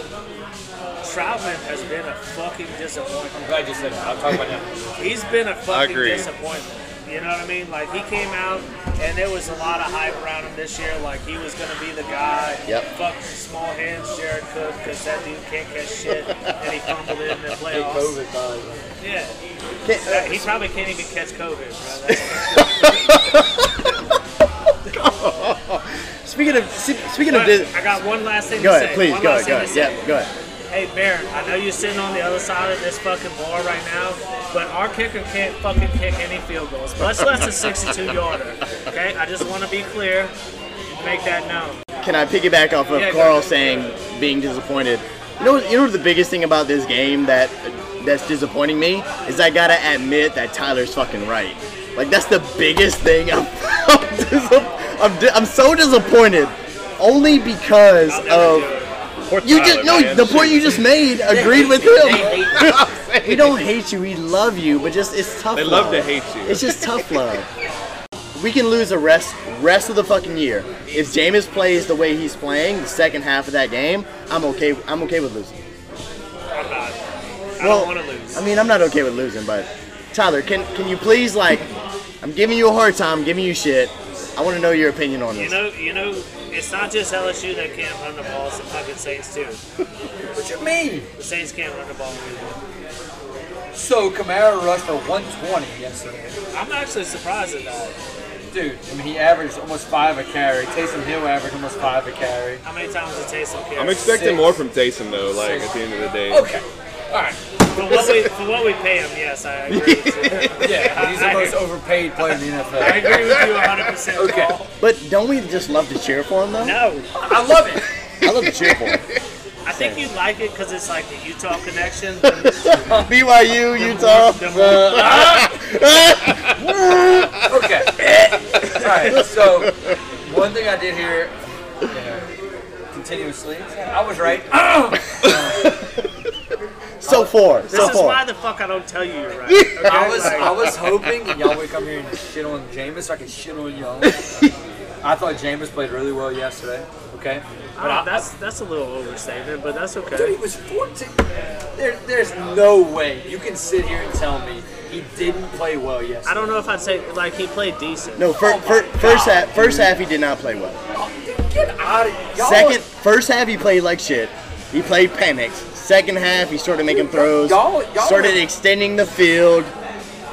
Troutman has been a fucking disappointment.
I'm glad you said that. I'll talk about that.
He's been a fucking
agree.
disappointment. You know what I mean? Like he came out and there was a lot of hype around him this year. Like he was gonna be the guy.
Yep.
Fuck small hands, Jared Cook, because that dude can't catch shit, and he fumbled it in the
Big
playoffs.
COVID probably.
Yeah.
Can't-
That- He probably can't even catch COVID. Bro. That's-
Speaking of speaking of Dis-
I got one last thing
go
to
ahead,
say.
please
One
go
last
ahead, go
thing
ahead.
to say.
Yeah, go ahead.
Hey Baron, I know you're sitting on the other side of this fucking bar right now, but our kicker can't fucking kick any field goals, much less a 62 yarder. Okay, I just want to be clear, make that known.
Can I piggyback off of
Yeah, go
Carl
ahead.
saying being disappointed? You know, you know the biggest thing about this game that that's disappointing me is I gotta admit that Tyler's fucking right. Like that's the biggest thing. I'm I'm, dis- I'm, di- I'm so disappointed only because
I'll never
of
do it.
Poor
you
Tyler,
just no
man.
the point you just made agreed with
They
him.
hate
We don't hate you. We love you, but just it's tough.
They
love.
love to hate you.
It's just tough love. We can lose the rest rest of the fucking year if Jameis plays the way he's playing the second half of that game. I'm okay. I'm okay with losing.
I'm not. I
Well,
don't want to lose.
I mean, I'm not okay with losing, but Tyler, can can you please like? I I'm giving you a hard time, I'm giving you shit. I want to know your opinion on
You
this.
know, you know, it's not just LSU that can't run the ball. It's the fucking Saints too.
What you mean?
The Saints can't run the ball. either.
So Kamara rushed for 120 yesterday.
I'm actually surprised at that.
Dude, I mean, he averaged almost five a carry. Taysom Hill averaged almost five a carry.
How many times did Taysom carry?
I'm expecting
Six.
more from Taysom though. Like
Six.
at the end of the day,
Okay. All right.
for what we for what we pay him. Yes, I agree. With you.
Yeah, he's the
I-
most overpaid player in the
I
NFL.
agree with you 100. percent
Okay.
But don't we just love to cheer for him though?
No,
I love it.
I love to cheer for him.
I think you like it because it's like the Utah connection.
BYU, Utah.
The-
Okay. All right. So one thing I did here you know, continuously, I was right.
So far,
this
so
is why
far.
the fuck I don't tell you you're right. Okay?
I was
Like,
I was hoping that y'all would come here and shit on Jameis so I could shit on y'all. I thought Jameis played really well yesterday. Okay. But
oh,
I,
that's that's a little overstatement, but that's
Dude, he
okay.
was 14. There, there's no way you can sit here and tell me he didn't play well yesterday.
I don't know if I'd say like he played decent.
No, fir-
Oh my
fir- first
God,
half, first half he did not play well.
Oh, Dude, get out of here. Y'all
Second, first half he played like shit. He played panics. Second half he started making throws.
Y'all- y'all-
started extending the field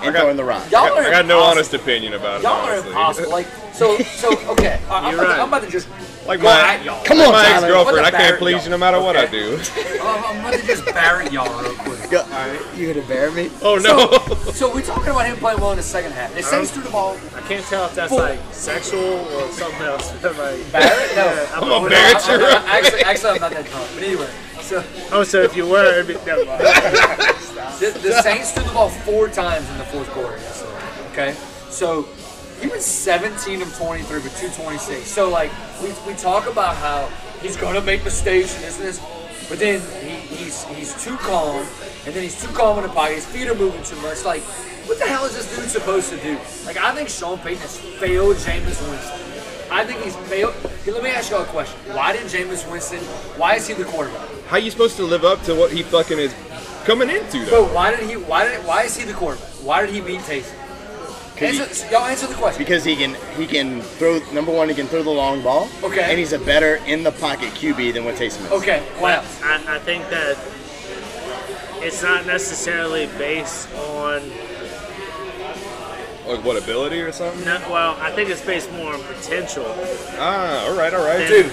and
got-
throwing the rock.
Y'all
I
are
got, I got no
impossible.
honest opinion about it.
Y'all are
honestly.
impossible. Like so, so okay. I- I'm,
You're
about to,
right.
I'm about to just
Like
go
my-
at y'all.
Come
Like
on,
my
Tyler.
ex-girlfriend, I
What a
can't please
barrier.
you no matter what I
Okay.
do.
Uh, I'm, I'm about to just bury y'all real quick.
Go- You gonna bear me?
Oh no!
So we're talking about him playing well in the second half. The Saints threw the ball.
I can't tell if that's
Full-
like sexual or something else. like,
Barrett? No.
I'm
gonna
over-
bury- Barrett's
I'm-
your-
I'm- actually, actually, I'm not that drunk. But anyway, so
Oh, so if you were, it'd be, never mind.
the, the Saints threw the ball four times in the fourth quarter. yesterday, Okay, so he was 17 of 23 with 226. So like we, we talk about how he's gonna make mistakes and this and this, but then he, he's he's too calm, and then he's too calm in the pocket. His feet are moving too much. Like what the hell is this dude supposed to do? Like I think Sean Payton has failed Jameis Winston. I think he's failed. Hey, let me ask y'all a question. Why did Jameis Winston? Why is he the quarterback?
How you supposed to live up to what he fucking is coming into though?
But why did he? Why did? Why is he the quarterback? Why did he beat Taysom? Answer, y'all answer the question.
Because he can he can throw number one he can throw the long ball.
Okay.
And he's a better in the pocket QB than what Taysom is.
Okay. What
But
else?
I, I think that it's not necessarily based on.
Like what ability or something?
No, well, I think it's based more on potential.
Ah, all right, all right.
Dude,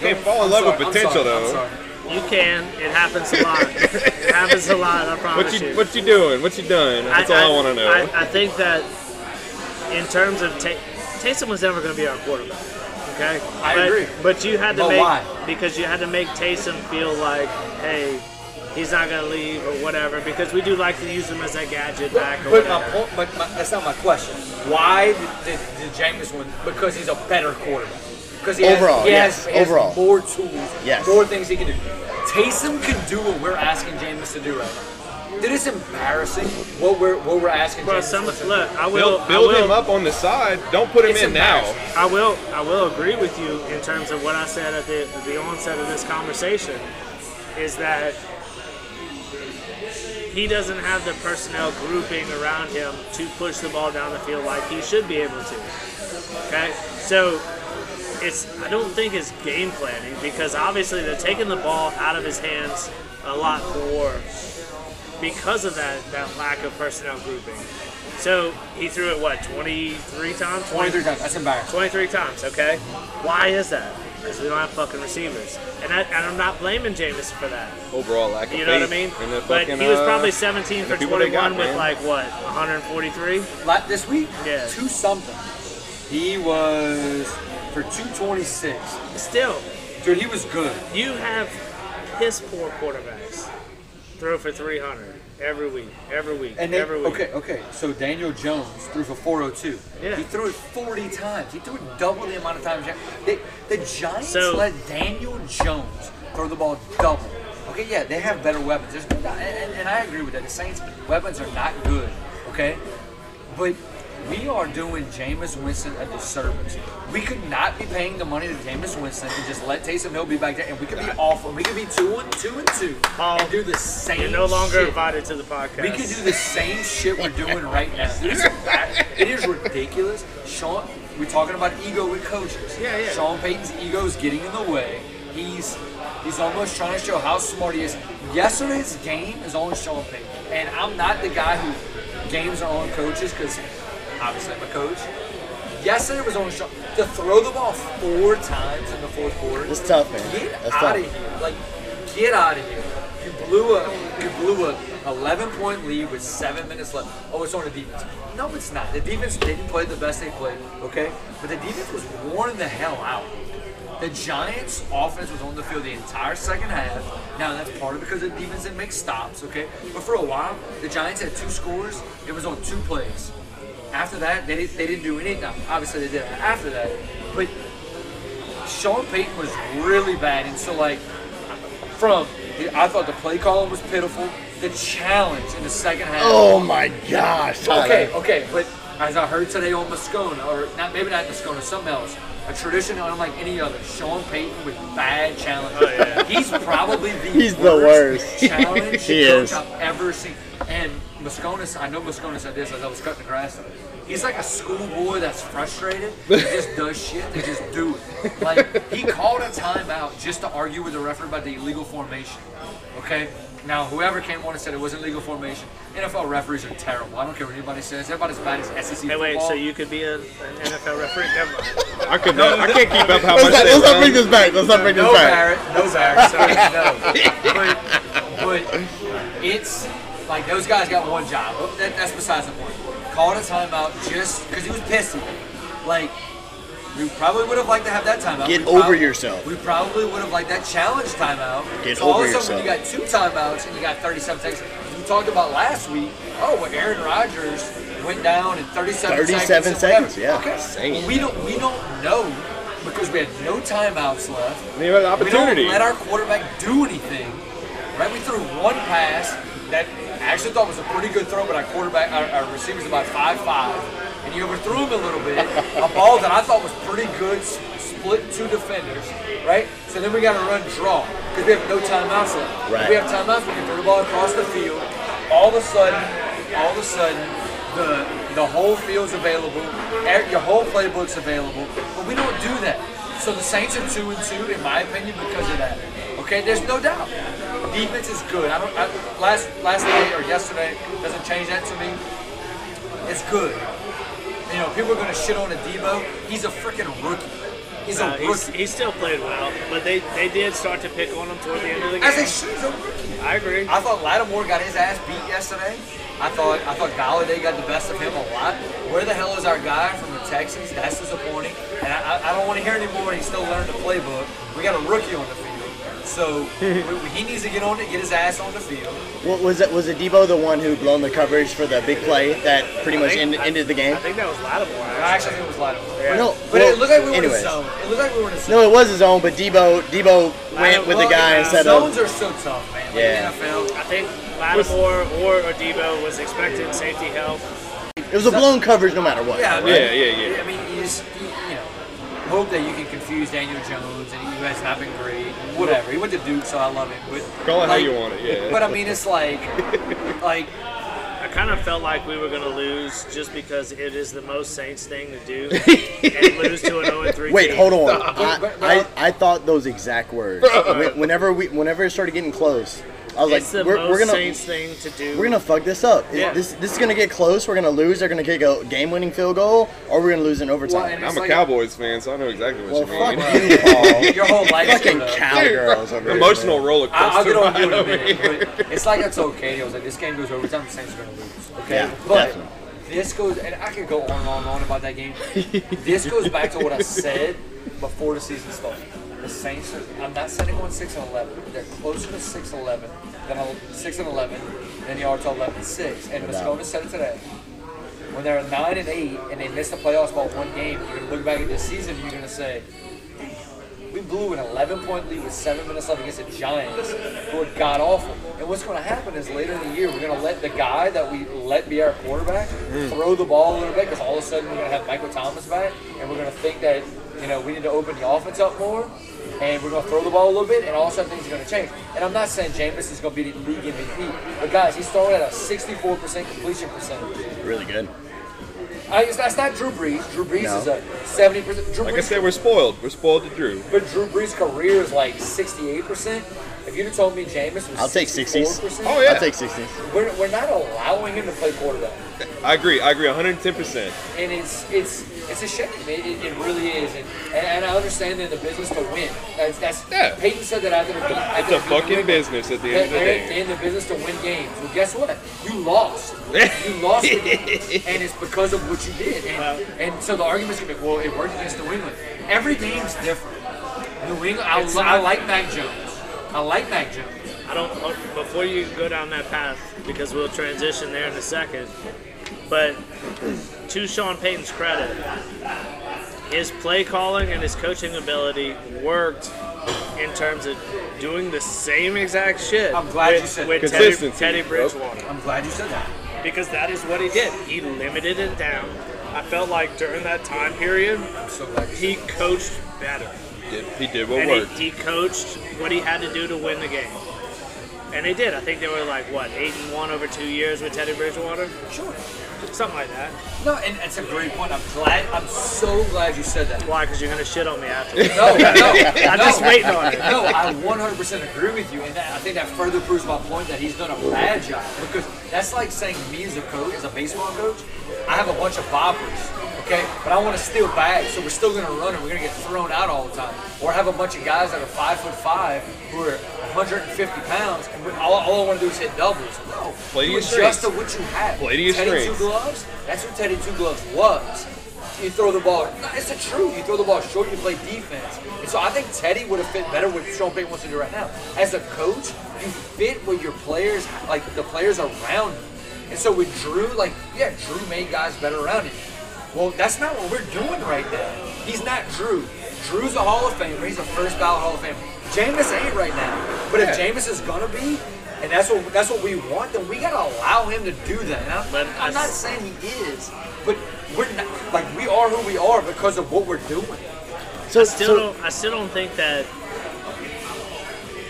can't fall in love
I'm sorry,
with potential
I'm sorry,
though.
I'm sorry.
You can. It happens a lot. it happens a lot. I promise
What you what you doing? What you done? That's all I, want to know.
I, I think that in terms of ta- Taysom was never going to be our quarterback. Okay,
I
but,
agree.
But you had to
But
make
why?
because you had to make Taysom feel like, hey, he's not going to leave or whatever. Because we do like to use him as a gadget back or
But
whatever.
my point, but my, that's not my question. Why did, did, did Jameis win? Because he's a better quarterback. Because he
Overall,
has, he has-
yes,
he has
overall.
more tools,
Yes.
more things he can do. Taysom can do what we're asking Jameis to do right now. Dude, it's embarrassing what we're what we're asking.
Well,
Jameis
some
to do.
look, I will
build build
I will,
him up on the side. Don't put him
It's
in now.
embarrassing.
I will I will agree with you in terms of what I said at the the onset of this conversation is that he doesn't have the personnel grouping around him to push the ball down the field like he should be able to. Okay? So it's I don't think it's game planning because obviously they're taking the ball out of his hands a lot more because of that that lack of personnel grouping. So he threw it what 23 times
23 times. That's embarrassing.
23 times, okay? Why is that? Because we don't have fucking receivers. And, I, and I'm not blaming Jameis for that.
Overall lack of
You know what I
faith
mean?
in the
But
fucking,
he was
uh,
probably 17
the
for
people they
21
got,
with
man.
like, what, 143?
Like this week,
Yeah.
two something. He was for 226.
Still,
Dude, he was good.
you have piss poor quarterbacks throw for 300 every week, every week,
And they,
every week.
okay, okay. So Daniel Jones threw for 402.
Yeah.
He threw it 40 times. He threw it double the amount of times. Ja- They, the Giants
So-
let Daniel Jones throw the ball double. Okay, yeah, they have better weapons. There's no doubt, and, and, and I agree with that. The Saints' weapons are not good. Okay, but we are doing Jameis Winston a disservice. We could not be paying the money to Jameis Winston and just let Taysom Hill be back there, and we could be awful. We could be two and two and two,
Paul,
and do the same.
You're no longer
shit.
invited to the podcast.
We could do the same shit we're doing right now. It's embarrassing. it is ridiculous. Sean, we're talking about ego with coaches.
Yeah, yeah.
Sean Payton's ego is getting in the way. He's he's almost trying to show how smart he is. Yesterday's game is on Sean Payton, and I'm not the guy who games are on coaches because obviously I'm a coach. Yesterday was on Sean to throw the ball four times in the fourth quarter.
It's tough, man.
Get
That's
out
tough.
of here! Like, get out of here! You blew a you blew a 11 point lead with seven minutes left. Oh, it's on the defense. No, it's not. The defense didn't play the best they played. Okay, but the defense was worn the hell out. The Giants' offense was on the field the entire second half. Now that's part of because the defense didn't make stops. Okay, but for a while the Giants had two scores. It was on two plays. After that, they, didn't- they didn't do anything. Now, Obviously, they did after that, but Sean Payton was really bad, and so like from I thought the play calling was pitiful. The challenge in the second half.
Oh my gosh. Tyler.
okay, okay, but as I heard today on Moscona, or not maybe not Moscona, something else. A tradition unlike any other. Sean Payton with bad challenge. He's probably the
He's the worst.
challenge
He
coach
is.
I've ever seen. And Moscona, I know Moscona said this as I was cutting the grass. He's like a schoolboy that's frustrated. He just does shit to just do it. Like he called a timeout just to argue with the referee about the illegal formation. Okay. Now whoever came on and said it wasn't legal formation. NFL referees are terrible. I don't care what anybody says. Everybody's bad as SEC
Hey, wait,
football.
so you could be a, an NFL referee? Never mind.
I could not. I can't keep up how
Let's
much
not,
they
let's not
run.
bring this back. Let's not bring this
No
back.
Barrett, no Barrett, sorry, no. But, but it's like those guys got one job. Oh, That, that's besides the point. Called a timeout just because he was pissy. Like, we probably would have liked to have that timeout.
Get
We
over
prob-
yourself.
We probably would have liked that challenge timeout.
Get
so all
over
of a sudden, when you got two timeouts and you got 37 seconds, we talked about last week. Oh, well, Aaron Rodgers went down in 37 seconds.
37
and whatever.
seconds, yeah.
Okay.
Insane.
We don't. We don't know because we had no timeouts left.
We had an opportunity.
We don't let our quarterback do anything. Right? We threw one pass that I actually thought was a pretty good throw, but our quarterback, our, our receiver's about five five, and he overthrew him a little bit. a ball that I thought was pretty good, s- split two defenders. Right? So then we got to run draw because we have no timeouts left.
Right.
We have timeouts. We can throw the ball across the field. All of a sudden, all of a sudden, the the whole field's available. e- Your whole playbook's available. But we don't do that. So the Saints are two and two, in my opinion, because of that. Okay, there's no doubt. Defense is good. I don't. I, last last night or yesterday doesn't change that to me. It's good. You know, people are gonna shit on Debo. He's a freaking rookie. He's
Uh,
a
he's,
rookie.
he still played well, but they, they did start to pick on him toward the end of the
As they
game.
should, he's a rookie.
I agree.
I thought Lattimore got his ass beat yesterday. I thought I thought Galladay got the best of him a lot. Where the hell is our guy from the Texans? That's disappointing. And I, I- I don't want to hear anymore. He still learned the playbook. We got a rookie on the field, so we- he needs to get on it, get his ass on the field.
What was it? Was it Debo the one who blown the coverage for the big play that pretty
I
much
think-
end, ended the game?
I think that was Lattimore.
I
actually.
actually think it was Lattimore.
Yeah.
No,
But
well,
it looked like we were in
anyways.
a zone. It looked like we were in a zone.
No, it was his own, but Debo
Well,
Debo went with the guy
yeah,
instead of.
Zones are so tough, man. Like
uh, Yeah.
the NFL.
I think Lattimore or Odebo was expecting safety help.
"Oh, It was a blown coverage, no matter what.
Yeah, I
right?
mean,
Yeah, yeah, yeah.
I mean, you just you, you know hope that you can confuse Daniel Jones and he has not been great. Whatever. He went to Duke, so I love it. But
Call it how
like-
you want it, yeah.
But I mean, it's like like
I kind of felt like we were going to lose just because it is the most Saints thing to do and lose to an 0 3.
Wait, hold on. I,
But- but-
I, I thought those exact words. When- Whenever we whenever it started getting close, I was
It's
like,
the
we're,
most
we're gonna
Saints thing to do.
we're gonna fuck this up.
Yeah.
This this is gonna get close. We're gonna lose. They're gonna kick a game winning field goal, or we're gonna lose in
well, and
overtime.
it's
I'm a
like
Cowboys fan, so I know exactly what
Well,
you mean.
fuck you, Paul.
Your whole life.
Fucking cowgirls over here.
Emotional roller coaster.
I'll get on you in a
ride over
minute.
here.
But it's like it's okay. It was like this game goes overtime. The Saints are gonna lose. Okay,
Yeah,
but
definitely.
this goes, and I could go on and on and on about that game. this goes back to what I said before the season started. The Saints are. I'm not saying they're going six and eleven. They're closer to six and eleven than a- six and eleven than they are to eleven and six. And
doubt.
Moscona said it today. When they're nine and eight and they miss the playoffs by one game, you're gonna look back at this season and you're gonna say, we blew an 11 point lead with seven minutes left against the Giants, who are god awful. And what's going to happen is later in the year, we're going to let the guy that we let be our quarterback
Mm.
throw the ball a little bit because all of a sudden we're going to have Michael Thomas back and we're going to think that, you know, we need to open the offense up more and we're going to throw the ball a little bit and all of a sudden things are going to change. And I'm not saying Jameis is going to be the league MVP, but guys, he's throwing at a 64% completion percentage.
Really good.
I, it's, that's not Drew Brees. Drew Brees
No.
is a seventy percent. Drew
Like I
Brees,
said, we're spoiled. We're spoiled to Drew.
but Drew Brees' career is like sixty-eight percent. If you'd have told me Jameis was
I'll take 60s.
64%,
Oh, yeah.
I'll take 60s.
we're, we're not allowing him to play quarterback,
I agree. I agree 110%.
and it's it's it's a shame. It, it, it really is, and, and, and I understand they're in the business to win. That's, that's
Yeah.
Peyton said that after the
It's a
after the New
fucking
England-
business at the end
They're,
of the day.
they're in the business to win games. Well, guess what? You lost. You lost, the game, and it's because of what you did. And, and so the argument's gonna be, well, it worked against New England. Every game's different. New England. I,
It's
li- I
not-
like Mac Jones. I like Mac Jones.
I don't. uh, Before you go down that path, because we'll transition there in a second. But to Sean Payton's credit, his play calling and his coaching ability worked in terms of doing the same exact shit.
I'm glad
with,
you said
with Teddy,
Consistency.
Teddy
Yep.
Bridgewater
I'm glad you said that.
because that is what he did. He limited it down. I felt like during that time period,
I'm so glad. You said
he coached better
Did- He did what
and
worked.
he, he coached what he had to do to win the game. And they did. I think they were like what eight and one over two years with Teddy Bridgewater,
that. Sure.
something like that.
No, and it's a great point. I'm glad. I'm so glad you said that.
Why? Because you're gonna shit on me afterwards.
No, no, no.
I'm just waiting on it.
No, I 100% agree with you, and that, I think that further proves my point that he's done a bad job because that's like saying me as a coach, as a baseball coach, I have a bunch of boppers, okay, but I want to steal bags, so we're still going to run and we're going to get thrown out all the time, or I have a bunch of guys that are five foot five who are 150 pounds, and we- all, all I want to do is hit doubles. No,
Play to
you
your
adjust
strengths.
to what you have.
Play to your
Teddy Two
strengths.
Gloves. That's what Teddy Two Gloves was you throw the ball. No, it's the truth. You throw the ball short. You play defense. And so I think Teddy would have fit better with Sean Payton wants to do right now. As a coach, you fit with your players, like the players around you. And so with Drew, like yeah, Drew made guys better around him. Well, that's not what we're doing right now. He's not Drew. Drew's a Hall of Famer. He's a first ballot Hall of Famer. Jameis ain't right now. But if
Yeah.
Jameis is gonna be, and that's what that's what we want, then we gotta allow him to do that. And I'm-
But
I'm
I-
not saying he is, but we're not like we are who we are because of what we're doing. Uh,
So,
I still
so
don't. I still don't think that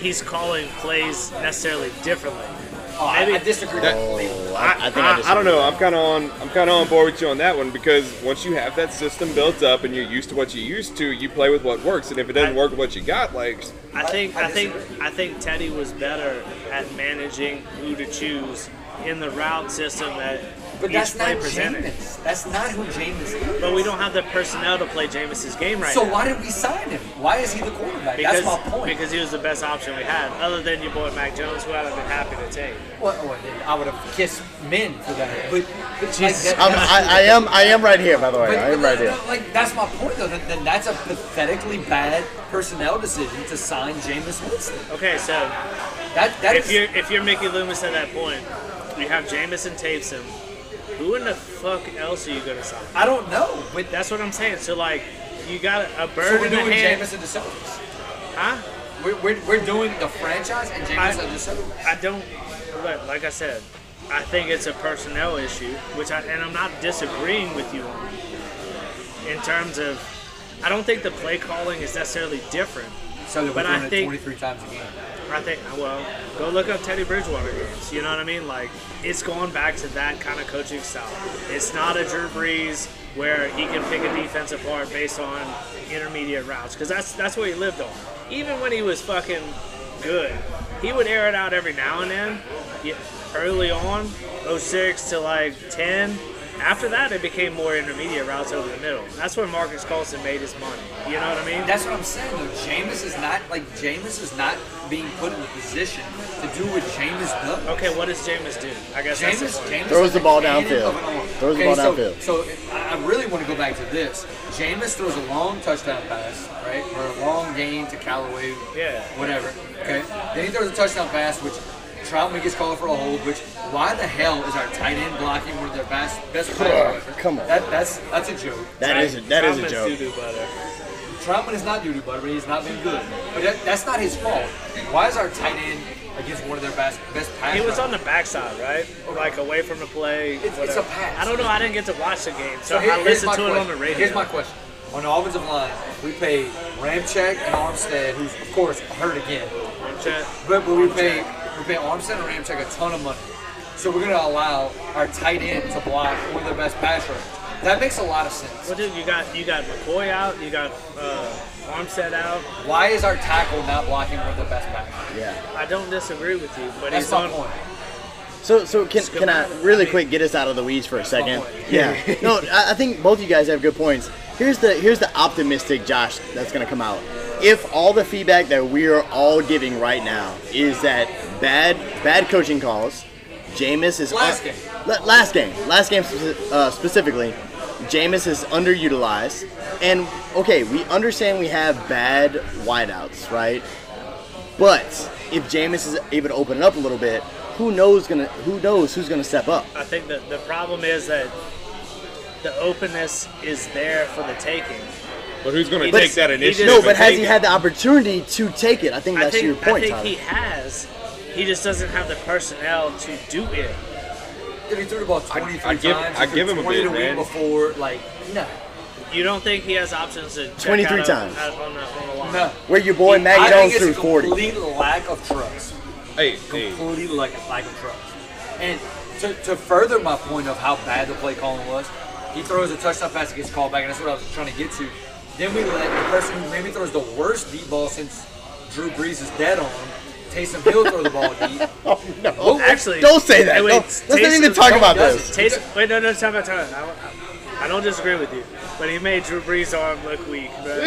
he's calling plays necessarily differently.
Oh, I,
Maybe-
I disagree.
That-
completely.
Oh, I, I think I,
I,
just.
I don't know. I'm kind of on. I'm kind of on board with you on that one because once you have that system built up and you're used to what you're used to, you play with what works. And if it doesn't work with what you got, like
I think.
I
I, think. I think Teddy was better at managing who to choose in the route system that
but
each
that's
play
not
presented.
Jameis. That's not who Jameis is.
But we don't have the personnel to play Jameis's game right
so
now.
why did we sign him? Why is he the quarterback?
Because,
that's my point.
Because he was the best option we had, other than your boy Mac Jones, who I'd have been happy to take.
Well, oh, well, then I would have kissed men for that. But, but like, that-
I'm, I, I am. I am right here. By the way,
But,
I am
but
right
no,
here.
no, like that's my point though. Then, then that's a pathetically bad personnel decision to sign Jameis Winston.
Okay, so
That that
if
is-
you're if you're Mickey Loomis at that point, you have Jamison Tapeson. Who in the fuck else are you gonna sign?
I don't know. But
That's what I'm saying. So like, you got a bird
so we're
in the
doing
hand,
Jameis and DeSoto.
huh?
We're, we're, we're doing the franchise and
I-
Jameis and DeSoto.
I don't. Look, like I said, I think it's a personnel issue, which I and I'm not disagreeing with you on. In terms of, I don't think the play calling is necessarily different.
So that
But
we're doing
I
it
think-
23 times a game.
I think, well, go look up Teddy Bridgewater games. You know what I mean? Like, it's going back to that kind of coaching style. It's not a Drew Brees where he can pick a defense apart based on intermediate routes because that's that's what he lived on. Even when he was fucking good, he would air it out every now and then. Yeah, early on, 06 to like 10. After that, it became more intermediate routes over the middle. That's where Marcus Colson made his money. You know what I mean?
That's what I'm saying though. Jameis is not like Jameis is not being put in the position to do what Jameis does.
Okay, what does Jameis do? I guess that's the
Jameis,
point.
Jameis
Throws
is
the
a
ball
cannon
downfield.
of an arm.
Throws the
Okay,
ball
so-
downfield.
So I I really want to go back to this. Jameis throws a long touchdown pass, right? Or a long gain to Callaway.
Yeah.
Whatever. Okay. Then he throws a touchdown pass, which Troutman gets called for a hold. Which why the hell is our tight end blocking one of their best best players?
Come on.
That, that's that's a joke.
That is. That is a
Thomas
joke.
Doodoo Butter.
Troutman is not duty butter, but he's not been good. But that, that's not his fault. Why is our tight end against one of their best best pass?
He was
rushers?
on the backside, right? Like away from the play.
It's- it's
whatever.
a pass.
I don't know. I didn't get to watch the game, so,
So here-
I
here's
listened
my
to it
question.
on the radio.
Here's my question. On the offensive line, we pay Ramchek and Armstead, who's of course hurt again.
One check.
But but we pay we pay Armstead and Ramchek a ton of money. So we're gonna allow our tight end to block one of the best pass rushers.
That makes a lot of sense.
Well, dude, you got you got McCoy out, you got uh, Armstead out.
Why is our tackle not blocking one of the best backers?
Yeah.
I don't disagree with you, but
That's
he's
my
on.
point.
So, so can, can I really quick get us out of the weeds for a second? Yeah. No, I, I think both you guys have good points. Here's the here's the optimistic Josh that's going to come out. If all the feedback that we are all giving right now is that bad bad coaching calls, Jameis is
Last game.
La- last game, last game speci- uh, specifically, Jameis is underutilized, and okay, we understand we have bad wideouts, right? But if Jameis is able to open it up a little bit, who knows gonna who knows who's gonna step up?
I think that the problem is that the openness is there for the taking.
But who's going
He
to take
just-
that
he
initiative?
just-
No,
and
but has
take
he
it?
had the opportunity to take it? I think
I
that's
think
your point,
I think
Tyler.
he has. He just doesn't have the personnel to do it.
Dude, he threw the ball 23
I give-
times.
I
He
give
threw
him a
20
bit,
the week
man.
before, like, no,
You don't think he has options to check
23
out
times.
Of, out on the, on the line.
no.
Where your boy Matt
I
Jones
think
threw
it's a
40.
complete lack of trust.
Hey, hey.
Complete lack of, lack of trust. And to, to further my point of how bad the play calling was, he throws a touchdown pass that gets called back, and that's what I was trying to get to. Then we let the person who maybe throws the worst deep ball since Drew Brees is dead on him, Taysom Hill throw the ball deep.
Oh no!
Well, actually-
don't say that.
Hey, wait,
No, let's not
Taysom-
even talk
no,
about
he doesn't.
this.
Taysom, wait, no, no, time out, time out. I, I- I don't disagree with you, but he made Drew Brees' arm look weak. Bro.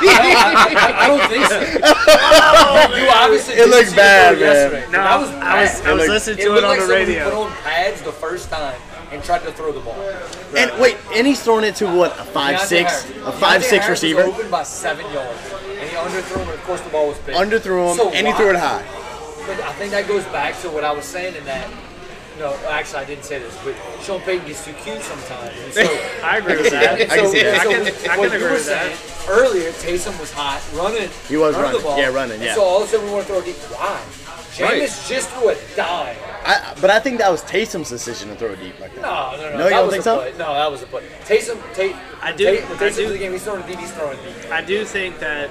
I, I- I don't think so. you obviously
It
didn't
looked
see
bad,
throw
man.
yesterday.
No,
that was
I was,
bad.
I was
It
listening to
looked
it on
like
the
someone who
radio.
Put on pads the first time and tried to throw the ball.
And wait, and he's thrown it to what a five
Deontay
six,
Harris.
a five
Deontay
six
Harris was
receiver.
Open by seven yards, and he underthrew him. And of course, the ball was picked.
Underthrew him,
So
and he
why-
threw it high.
But I think that goes back to what I was saying in that. No, actually, I didn't say this, but Sean Payton gets too cute sometimes. And so,
I agree with
I
that.
can see that.
I can-
what-
I
what
can
you
agree
were
with that.
saying Earlier, Taysom was hot running.
He was
running.
running.
The ball,
Yeah, running,
and
yeah.
so all of a sudden, we want to throw a deep. Why? Jameis
Right.
just threw a dime.
I, but I think that was Taysom's decision to throw deep like that.
No, no, no.
No, you
that
don't
was
think
a
so?
Play. No, that was a play. Taysom, Tay,
I do-
Tay, when
I
Taysom
do-
to the game. He's throwing deep. He's throwing deep.
I do think that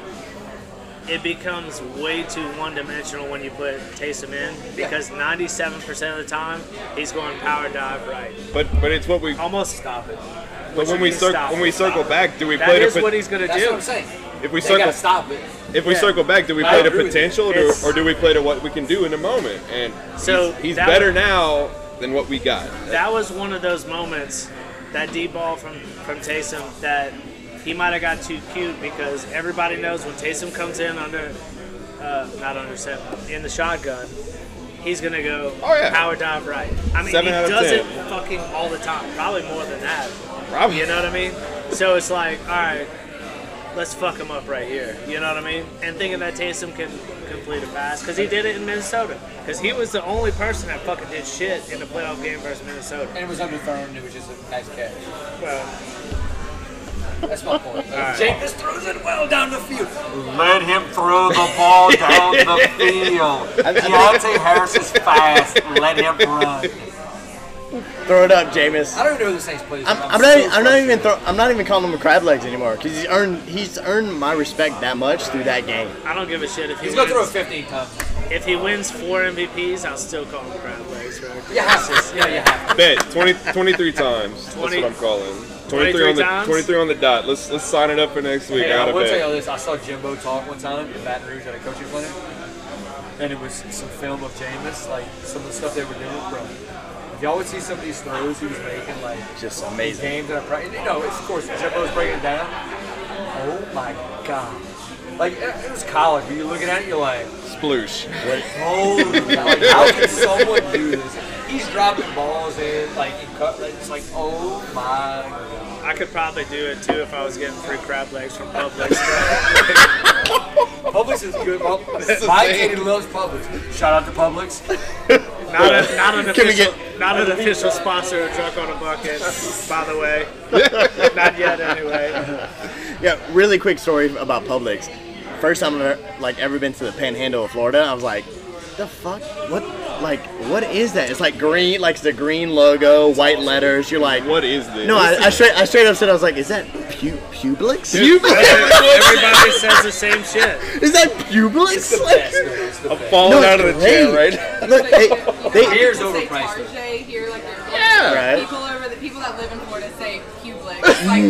it becomes way too one-dimensional when you put Taysom in because 97% of the time he's going power dive right.
But but it's what we.
Almost stop it.
But when we
Stop
cir-
it,
when we
stop
circle
it.
back, do we
That
play to
is
put-
what he's going to
That's what
do.
I'm saying.
if we
They
circle
gotta stop it.
if we circle back, do we
I
play to
agree with you.
potential, or do,
It's-
or do we play to what we can do in the moment? And
So,
he's, he's
that-
better now than what we got.
That was one of those moments, that deep ball from from Taysom that he might have got too cute because everybody knows when Taysom comes in under, uh, not under center, in the shotgun, he's gonna go
Oh, yeah.
power dive right. I mean,
Seven out
he
of
does
ten.
it fucking all the time, probably more than that.
Probably.
You know what I mean? So it's like, all right, let's fuck him up right here. You know what I mean? And thinking that Taysom can complete a pass because he did it in Minnesota. Because he was the only person that fucking did shit in the playoff game versus Minnesota.
And it was underthrown. and It was just a nice catch.
Well,
That's my point.
right.
Jameis throws it well down the field. Let him throw the ball down the field. Deontay Harris is fast. Let him run.
Throw it up, Jameis.
I don't even know who the Saints plays.
I'm, I'm not. I'm not even. Throw, I'm not even calling him a crab legs anymore because he's earned. He's earned my respect that much through that game.
I don't give a shit if he
He's gonna throw
wins.
it 15 times.
If he wins four MVPs, I'll still call him crab legs. bro.
You have to. Yeah, you have to.
Bet 20, 23 times.
Twenty-
that's what I'm calling. 23,
23
on the
times?
23 on the dot. Let's let's sign it up for next week.
Hey,
I
I
gotta
will tell you all
bet.
this. I saw Jimbo talk one time in Baton Rouge at a coaching clinic, and it was some film of Jameis, like some of the stuff they were doing. Bro, if y'all would see some of these throws he was making, like
Just
these
amazing.
games that I practice, you know, it's, of course Jimbo's breaking it down. Oh my gosh! Like it, it was college. But you're looking at it, you're like,
Sploosh.
holy, like, how can someone do this? He's dropping balls in, like in cut, like, it's like, oh my. God.
I could probably do it too if I was getting free crab legs from Publix. bro.
Publix is good. Publix.
is
My
insane.
kid loves Publix. Shout out to Publix.
Not, a, not an
Can we
official, not an official sponsor of Drunk on a Bucket, by the way. not yet, anyway.
Yeah. Really quick story about Publix. First time I've ever, like ever been to the Panhandle of Florida, I was like, the fuck? What? Like, what is that? It's like green. Like it's the green logo, white letters. You're like.
What is this?
No, I, I straight. I straight up said I was like, is that pu- Publix?
Everybody says the same shit.
Is that Publix?
That's good. It's the
I'm
best.
falling
no,
out
it's
of the chair
great.
right now.
Look, they, they,
Beer's
People say
overpriced.
Tarjay here, like they're
Yeah.
Right.
people over the people that live in Florida say It's like,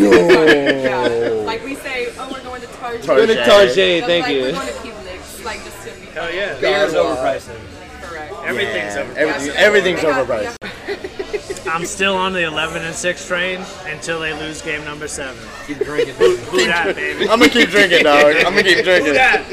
No.
like we say, oh, we're going to Target.
Target.
Good Tarjay,
But,
thank
like, We're
you.
going to Cubanix, like just to be
Hell Oh, yeah.
Beer's
God, why?
overpriced.
correct.
Everything's
Yeah,
overpriced.
everything- everything's
They got- they
overpriced.
got-
I'm still on the 11 and 6 train until they lose game number 7.
Keep drinking.
Who,
baby.
who that, baby?
I'm gonna keep drinking, dog. I'm gonna keep
Who
drinking.
that?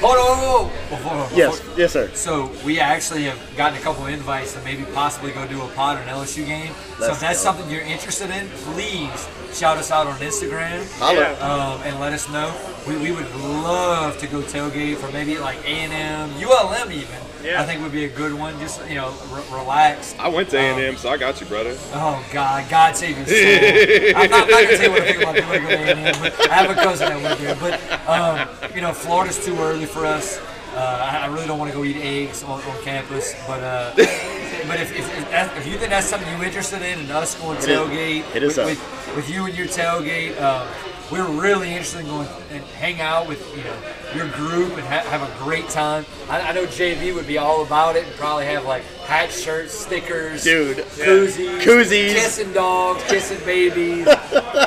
Hold on, hold on. Hold on.
Yes, yes, sir.
So we actually have gotten a couple invites to maybe possibly go do a pod or an LSU game. so
Let's
if that's
go.
something you're interested in, please shout us out on Instagram
Holla.
um, and let us know. We, we would love to go tailgate for maybe like A&M, ULM even.
Yeah.
I think would be a good one. Just you know, re- relaxed.
I went to A&M, so I got you, brother.
Oh God, God save your soul. I'm not, I'm not gonna tell you what I think about doing with A&M, but I have a cousin that went there. But um, you know, Florida's too early for us. Uh, I I really don't want to go eat eggs on, on campus, but uh, but if, if, if, that, if you think that's something you're interested in, and us going
is-
tailgate,
it is
with,
us.
with, with you and your tailgate, um, we're really interested in going and hang out with you know your group and ha- have a great time. I, I know JV would be all about it and probably have like hat shirts, stickers,
Dude.
koozies,
Koozies.
kissing dogs, kissing babies,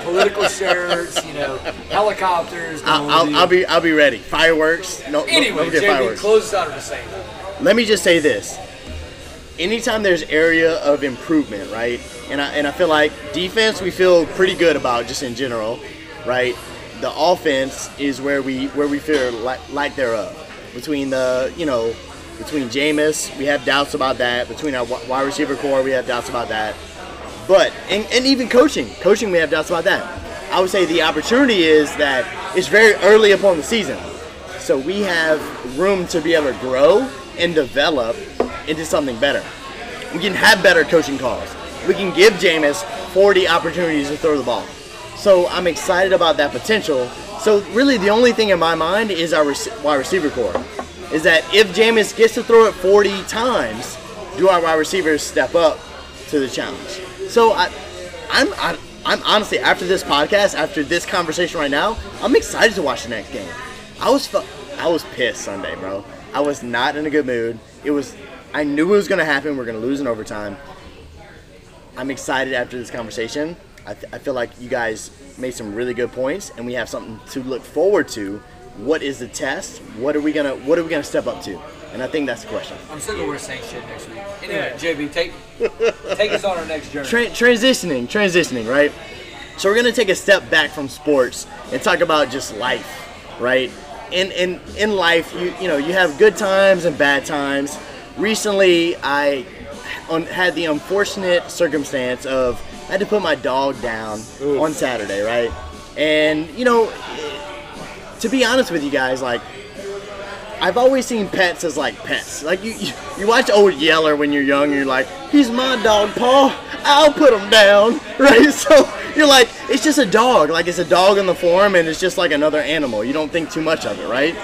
political shirts, you know, helicopters.
I'll, I'll, I'll be I'll be ready. Fireworks. No, no,
Anyway,
don't forget
JB,
fireworks.
close us out of the same.
Let me just say this. Anytime there's area of improvement, right? And I and I feel like defense we feel pretty good about just in general, right? The offense is where we where we feel like like thereof. Between the you know, between Jameis, we have doubts about that. Between our wi- wide receiver core, we have doubts about that. But and, and even coaching, coaching we have doubts about that. I would say the opportunity is that it's very early upon the season, so we have room to be able to grow and develop into something better. We can have better coaching calls. We can give Jameis 40 opportunities to throw the ball. So I'm excited about that potential. So really, the only thing in my mind is our rec- wide receiver core. Is that if Jameis gets to throw it 40 times, do our wide receivers step up to the challenge. So I, I'm I, I'm honestly after this podcast, after this conversation right now, I'm excited to watch the next game. I was fu- I was pissed Sunday, bro. I was not in a good mood. It was I knew it was gonna happen. We're gonna lose in overtime. I'm excited after this conversation. I, th- I feel like you guys made some really good points, and we have something to look forward to. What is the test? What are we gonna What are we gonna step up to? And I think that's the question.
I'm still gonna wear Saint shit next week. Anyway, JB, take take us on our next journey.
Tran transitioning, transitioning, right? So we're gonna take a step back from sports and talk about just life, right? In in in life, you you know you have good times and bad times. Recently, I un- had the unfortunate circumstance of I had to put my dog down on Saturday, right? And you know, to be honest with you guys, like I've always seen pets as like pets. Like you, you, you watch old Yeller when you're young, and you're like, he's my dog, Paul. I'll put him down, right? So you're like, it's just a dog. Like it's a dog in the form, and it's just like another animal. You don't think too much of it, right?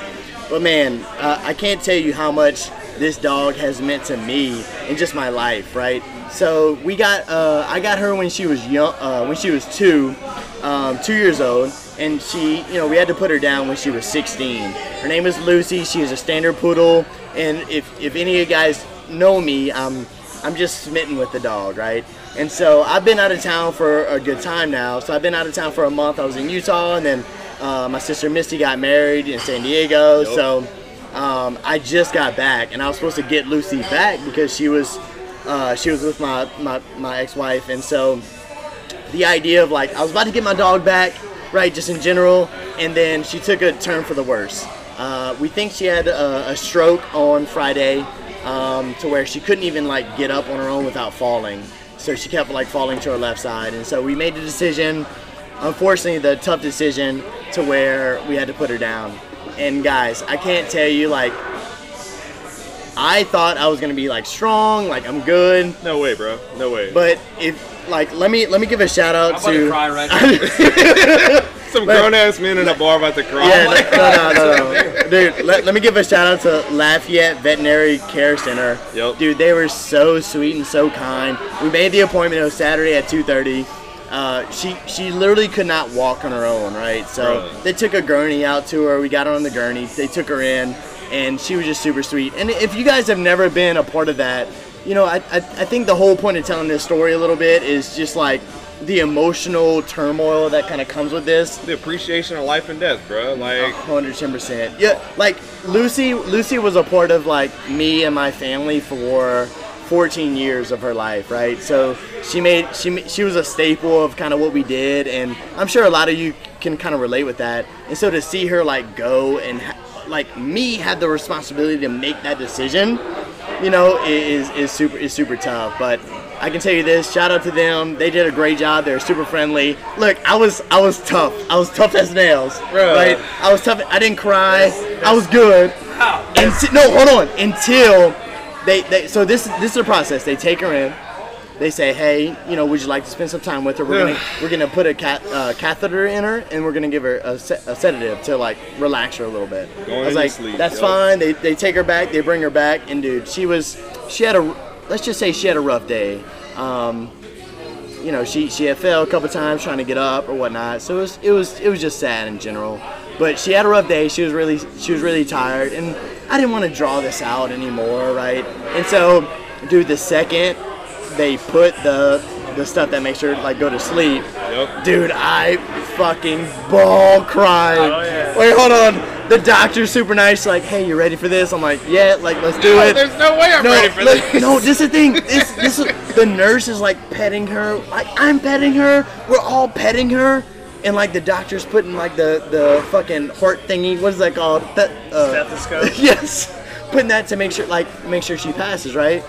But man, uh, I can't tell you how much this dog has meant to me in just my life, right? So we got, uh, I got her when she was young, uh, when she was two, um, two years old, and she, you know, we had to put her down when she was 16. Her name is Lucy. She is a standard poodle, and if if any of you guys know me, I'm I'm just smitten with the dog, right? And so I've been out of town for a good time now. So I've been out of town for a month. I was in Utah, and then uh, my sister Misty got married in San Diego. So um, I just got back, and I was supposed to get Lucy back because she was uh, she was with my my, my ex wife, and so the idea of like I was about to get my dog back, right? Just in general, and then she took a turn for the worse. Uh, we think she had a, a stroke on Friday, um, to where she couldn't even like get up on her own without falling. So she kept like falling to her left side, and so we made the decision. Unfortunately, the tough decision to where we had to put her down. And guys, I can't tell you like. I thought I was gonna be like strong, like I'm good,
No way, bro. No way.
but if like let me let me give a shout out
I'm about to
to
cry right now.
Some grown ass men in a bar about to cry.
Yeah, no, no, no, no. Dude, let, let me give a shout out to Lafayette Veterinary Care Center.
Yep.
Dude, they were so sweet and so kind. We made the appointment. It was Saturday at 2.30. Uh, she she literally could not walk on her own, right? So
Really?
they took a gurney out to her. We got her on the gurney. They took her in, and she was just super sweet. And if you guys have never been a part of that, you know, I, I, I think the whole point of telling this story a little bit is just like the emotional turmoil that kind of comes with this.
The appreciation of life and death, bro. Like,
Hundred ten percent. Yeah, like Lucy. Lucy was a part of like me and my family for 14 years of her life, right? So she made she ma- she was a staple of kind of what we did, and I'm sure a lot of you can kind of relate with that. And so to see her like go and ha- like me had the responsibility to make that decision, you know, i- is is super is super tough, but. I can tell you this. Shout out to them. They did a great job. They're super friendly. Look, I was I was tough. I was tough as nails.
Bruh.
Right? I was tough. I didn't cry. I was good. Unti- no, hold on. Until they, they so this this is the process. They take her in. They say, hey, you know, would you like to spend some time with her? We're gonna we're gonna put a cat, uh, catheter in her, and we're gonna give her a, se- a sedative to like relax her a little bit.
Go
I
ahead
was
and
like,
sleep,
that's
yo."
fine. They, they take her back. They bring her back, and dude, she was she had a let's just say she had a rough day. Um, you know, she she had fell a couple times trying to get up or whatnot. So it was it was it was just sad in general. But she had a rough day. She was really she was really tired, and I didn't want to draw this out anymore, right? And so, dude, the second they put the the stuff that makes her like go to sleep,
Yep.
dude, I fucking ball cried.
Oh, yeah.
Wait, hold on. The doctor's super nice. Like, hey, you ready for this? I'm like, yeah, like let's
Oh,
do it
Oh, there's no way I'm ready for
look,
this.
No, this is the thing. This, this is, the nurse is like petting her. Like I'm petting her. We're all petting her. And like the doctor's putting like the the fucking heart thingy. What is that called? That, uh,
Stethoscope.
yes, putting that to make sure like make sure she passes right.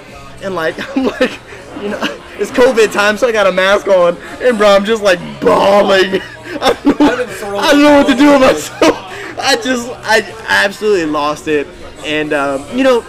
And like I'm like, you know, it's COVID time, so I got a mask on. And bro, I'm just like bawling. I don't know,
been throwing
I don't know what to do with myself. I just I, I absolutely lost it. And um, you know,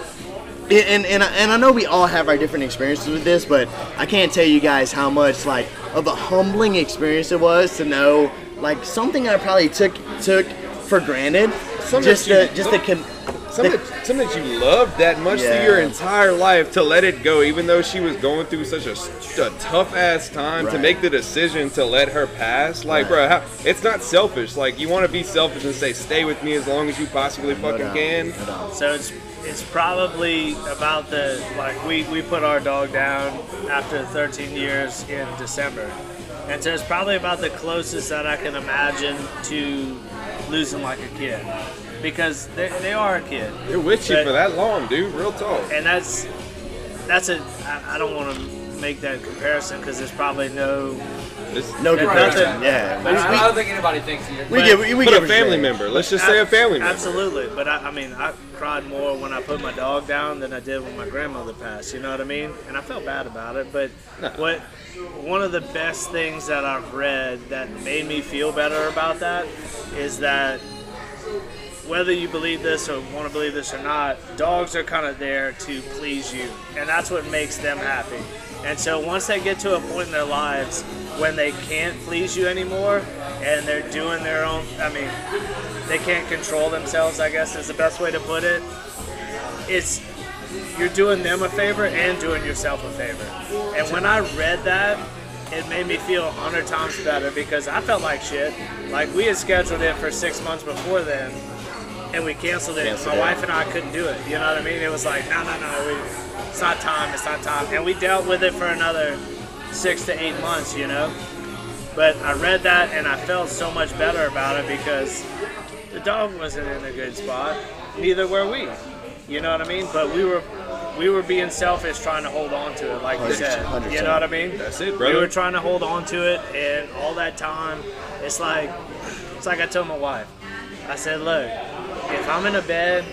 and, and, and, I, and I know we all have our different experiences with this, but I can't tell you guys how much like of a humbling experience it was to know like something I probably took took for granted.
Something
just
that you-
the just the, com-
Something,
the-
that- something that you loved that much
Yeah.
through your entire life to let it go, even though she was going through such a, tough ass time to
Right.
make the decision to let her pass. Like, bro, how, it's not selfish. Like, you want to be selfish and say, "Stay with me as long as you possibly fucking
doubt.
can."
So it's it's probably about the like we, we put our dog down after 13 years in December, and so it's probably about the closest that I can imagine to losing like a kid, because they, they are a kid,
You're with you
But-
for that long, dude. Real talk.
and that's that's a I, I don't want to make that comparison because there's probably no
This-
no
Right,
comparison.
right.
I, I
Yeah,
don't think anybody thinks either.
we, we
but-
get we, we
but
get
a family
respect.
member. Let's just say a family member.
Absolutely, but I, I mean, I cried more when I put my dog down than I did when my grandmother passed. You know what I mean? And I felt bad about it. But what one of the best things that I've read that made me feel better about that is that whether you believe this or want to believe this or not, dogs are kind of there to please you, and that's what makes them happy. And so once they get to a point in their lives when they can't please you anymore, and they're doing their own, I mean, they can't control themselves, I guess is the best way to put it. It's you're doing them a favor and doing yourself a favor. And when I read that, it made me feel a hundred times better because I felt like shit. Like we had scheduled it for six months before then, and we canceled it. My
Canceled it.
wife and I couldn't do it. You know what I mean? It was like no, no, no. We, it's not time. It's not time. And we dealt with it for another six to eight months. You know. But I read that and I felt so much better about it because the dog wasn't in a good spot. Neither were we. You know what I mean? But we were we were being selfish trying to hold on to it, like you said.
100%.
You know what I mean?
That's it,
We
brother.
were trying to hold on to it, and all that time, it's like it's like I told my wife. I said, look, if I'm in a bed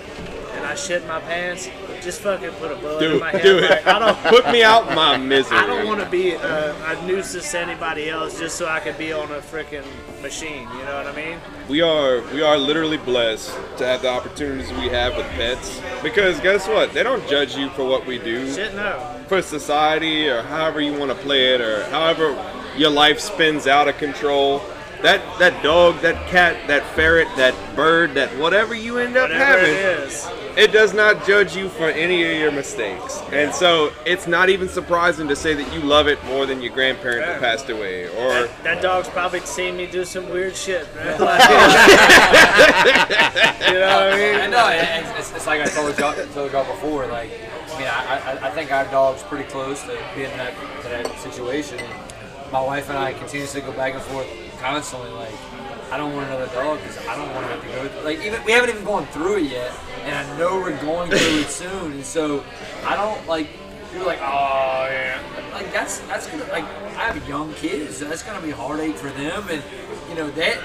and I shit my pants, just fucking put a bullet in
do
my
it.
head.
Do it.
Like, I don't.
Put me out my misery.
I don't want to be a, a nuisance to anybody else just so I could be on a freaking machine. You know what I mean?
We are we are literally blessed to have the opportunities we have with pets because guess what? They don't judge you for what we do
Shit, no.
for society or however you want to play it or however your life spins out of control. That that dog, that cat, that ferret, that bird, that whatever you end up
Whatever
having,
it is.
it does not judge you for any of your mistakes. And so it's not even surprising to say that you love it more than your grandparent
Yeah.
that passed away or
That, that dog's probably seen me do some weird shit, man. Like, you know what I mean?
I know. it- It's, it's, it's like I told y'all, told y'all before. Like, I mean, I, I, I think our dog's pretty close to being in that, to that situation. And my wife and I continuously go back and forth constantly. Like, I don't want another dog because I don't want to have to go. Through, like, even we haven't even gone through it yet, and I know we're going through it soon. And so, I don't like. You're like, oh yeah. Like that's that's gonna like I have young kids. So that's gonna be a heartache for them, and you know that.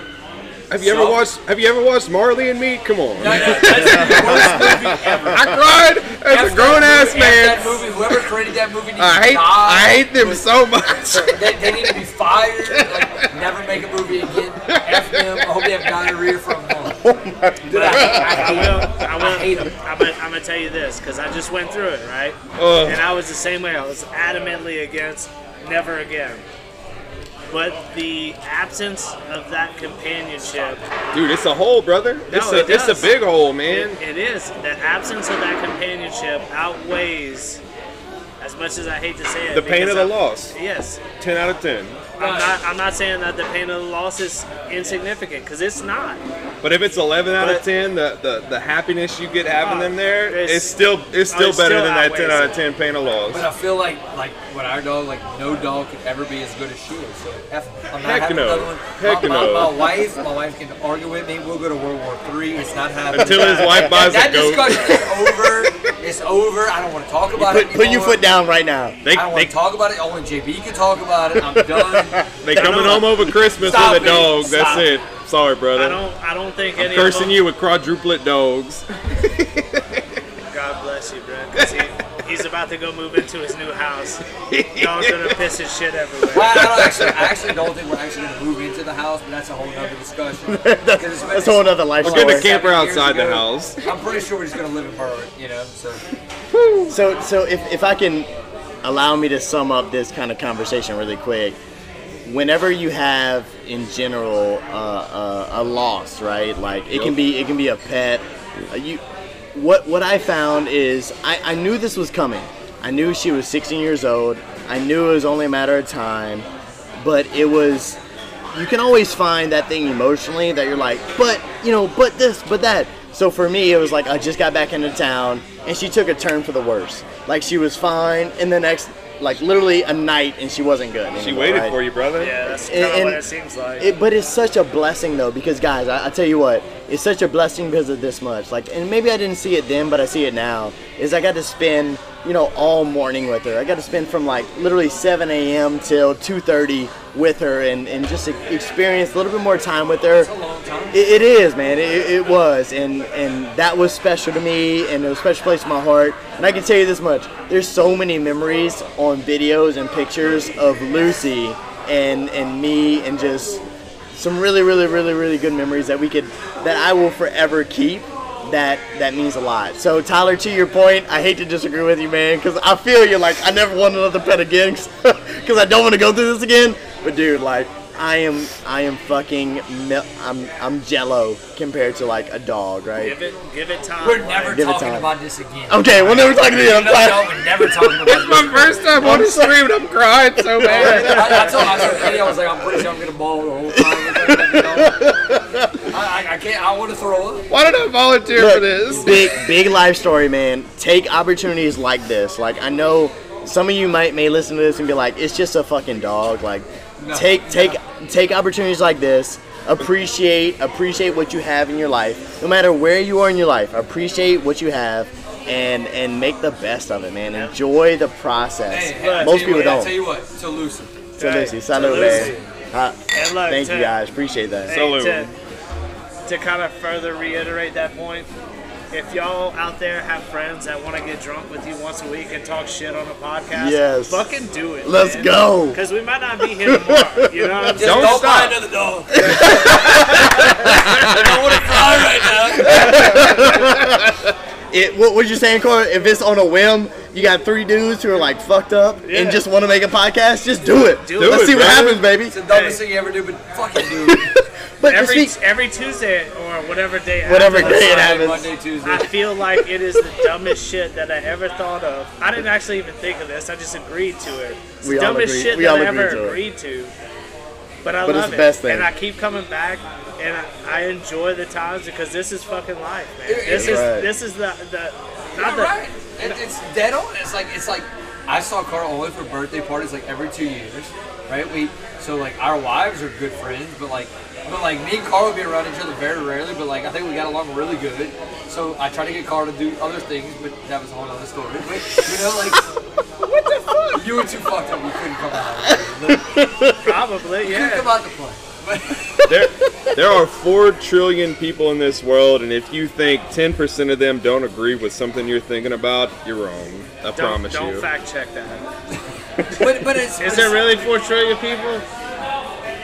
Have you ever
So-
watched? Have you ever watched Marley and Me? Come on.
that- that- that's the worst movie ever.
I cried as
F
a
that
grown ass
movie- F That
man.
movie, whoever created that movie, needs
I hate.
to
I
die.
hate them so much.
They, they need to be fired. Like, never make a movie again. F them. I hope they have diarrhea for a month.
Oh
But I, I will. I will. I'm gonna, I'm gonna tell you this because I just went through it, right?
Ugh.
And I was the same way. I was adamantly against never again. But the absence of that companionship,
Dude, it's a hole, brother. It's
No,
a
it
it's a
does.
big hole,
it,
man.
it is the absence of that companionship outweighs, as much as I hate to say it,
The pain of
because
the
I-
loss.
Yes,
Ten out of ten.
I'm not. I'm not saying that the pain of the loss is insignificant because it's not.
But if it's eleven out of
But-
ten, the, the, the happiness you get having them there,
It's-
it's still it's
oh,
still
it's
better
still
than that ten
outweighs
out of
it.
ten pain of loss.
But uh, I feel like like with our dog, like no dog could ever be as good as she is. So F, I'm not
Heck
having
no.
another one.
Heck
my, my,
no.
my wife, my wife can argue with me. We'll go to World War Three. It's not happening.
Until his wife buys
that
a goat,
discussion is over. It's over. I don't want to talk about
Put,
it.
put your
anymore.
foot down right now.
they
I don't want
they,
to talk about it. Only JB can talk about it. I'm done.
they coming home over Christmas
Stop
with a
it.
dog. That's
Stop.
it. Sorry,
I
brother.
don't. I don't think
I'm
any of
cursing
them-
you with quadruplet dogs.
God bless you, bro. 'cause he, he's about to go move into his new house. Dog's gonna piss his shit everywhere.
Well, I, don't actually, I actually don't think we're actually going to move into the house, but that's a whole nother discussion.
That's
that's
a whole other life
We're gonna
story.
camper outside the house.
I'm pretty sure we're just going to live in Burr, you know. So
So, so if, if I can allow me to sum up this kind of conversation really quick, whenever you have in general uh, uh, a loss, right? Like it can be it can be a pet. Uh, you, what what I found is I, I knew this was coming. I knew she was 16 years old. I knew it was only a matter of time, but it was you can always find that thing emotionally that you're like, but you know, but this, but that. So for me, it was like I just got back into town, and she took a turn for the worse. Like she was fine, and the next, like literally a night, and she wasn't good.
She waited for you, brother.
Yeah, that's kind
And-
of what
and
it seems like.
It, but it's such a blessing though, because guys, I, I tell you what, it's such a blessing because of this much. Like, and maybe I didn't see it then, but I see it now. Is I got to spend, you know, all morning with her. I got to spend from like literally 7 a.m. till 2:30 with her, and and just e- experience a little bit more time with her.
a long time.
It, it is, man. It, it was, and and that was special to me, and it was a special place in my heart. And I can tell you this much: there's so many memories on videos and pictures of Lucy and and me, and just some really, really, really, really good memories that we could that I will forever keep. That that means a lot. So Tyler, to your point, I hate to disagree with you, man, because I feel you. Like I never want another pet again, because I don't want to go through this again. But dude, like I am, I am fucking, mel- I'm I'm Jello compared to like a dog, right?
give it, give it time.
We're never
Give it
talking
time.
about this again.
Okay, we're never talking to you. I'm
No, no,
glad.
we're never talking about
It's
this.
my first time on the stream and I'm crying so bad.
I, I told I told Katie, I was like, I'm pretty sure I'm gonna bowl the whole time. With her, you know? I, I, I can't. I want to throw up.
Why did I volunteer for this?
Look, big big life story, man. Take opportunities like this. Like I know some of you might may listen to this and be like, it's just a fucking dog. Like
No.
take take take opportunities like this. Appreciate appreciate what you have in your life. No matter where you are in your life, appreciate what you have and and make the best of it, man. Enjoy the process.
Hey, hey, I tell
Most
you
people
what, I
don't.
tell you what. So Lucy.
So Lucy,
Hey,
salute,
Lucy.
man. Uh,
And look,
thank
to,
you guys. Appreciate that.
hey,
Salute.
to, to kind of further reiterate that point, if y'all out there have friends that want to get drunk with you once a week and talk shit on a podcast,
Yes.
fucking do it.
Let's go.
Because we might not be here tomorrow. You know what I'm
Just
saying?
don't,
Don't
buy
stop.
another dog. I don't want to cry right now.
It, what was you saying, Corey? If it's on a whim, you got three dudes who are like fucked up
Yeah.
and just want to make a podcast, just do it.
Do
Let's
it,
see what
brother.
happens, baby.
It's the dumbest thing you ever do, but fucking do. it.
But to
Every,
speak,
every Tuesday or whatever day.
Whatever
after
day
this,
it
Friday,
happens.
Monday, Tuesday.
I feel like it is the dumbest shit that I ever thought of. I didn't actually even think of this. I just agreed to it. It's
We
the
all
dumbest
agree-
shit
we
that
all
I ever
agree to it.
agreed to. But I
But it's
love
the
it.
best thing.
And I keep coming back and I, I enjoy the times because this is fucking life, man.
It-
This
it's-
is
Right.
this is the the not
You're
the
right. It, it's dead on. It's like it's like I saw Carl only for birthday parties like every two years. right? We so like our wives are good friends, but like but like me and Carl would be around each other very rarely, but like I think we got along really good. So I tried to get Carl to do other things, but that was a whole other story. But you know, like what the fuck? You were too fucked up. You couldn't come out.
Probably,
You couldn't
yeah.
come out to play.
there, there are four trillion people in this world, and if you think ten percent of them don't agree with something you're thinking about, you're wrong. I
Don't,
promise
don't
you.
fact check that.
But but it's
Is
but
there
it's-
really four trillion people?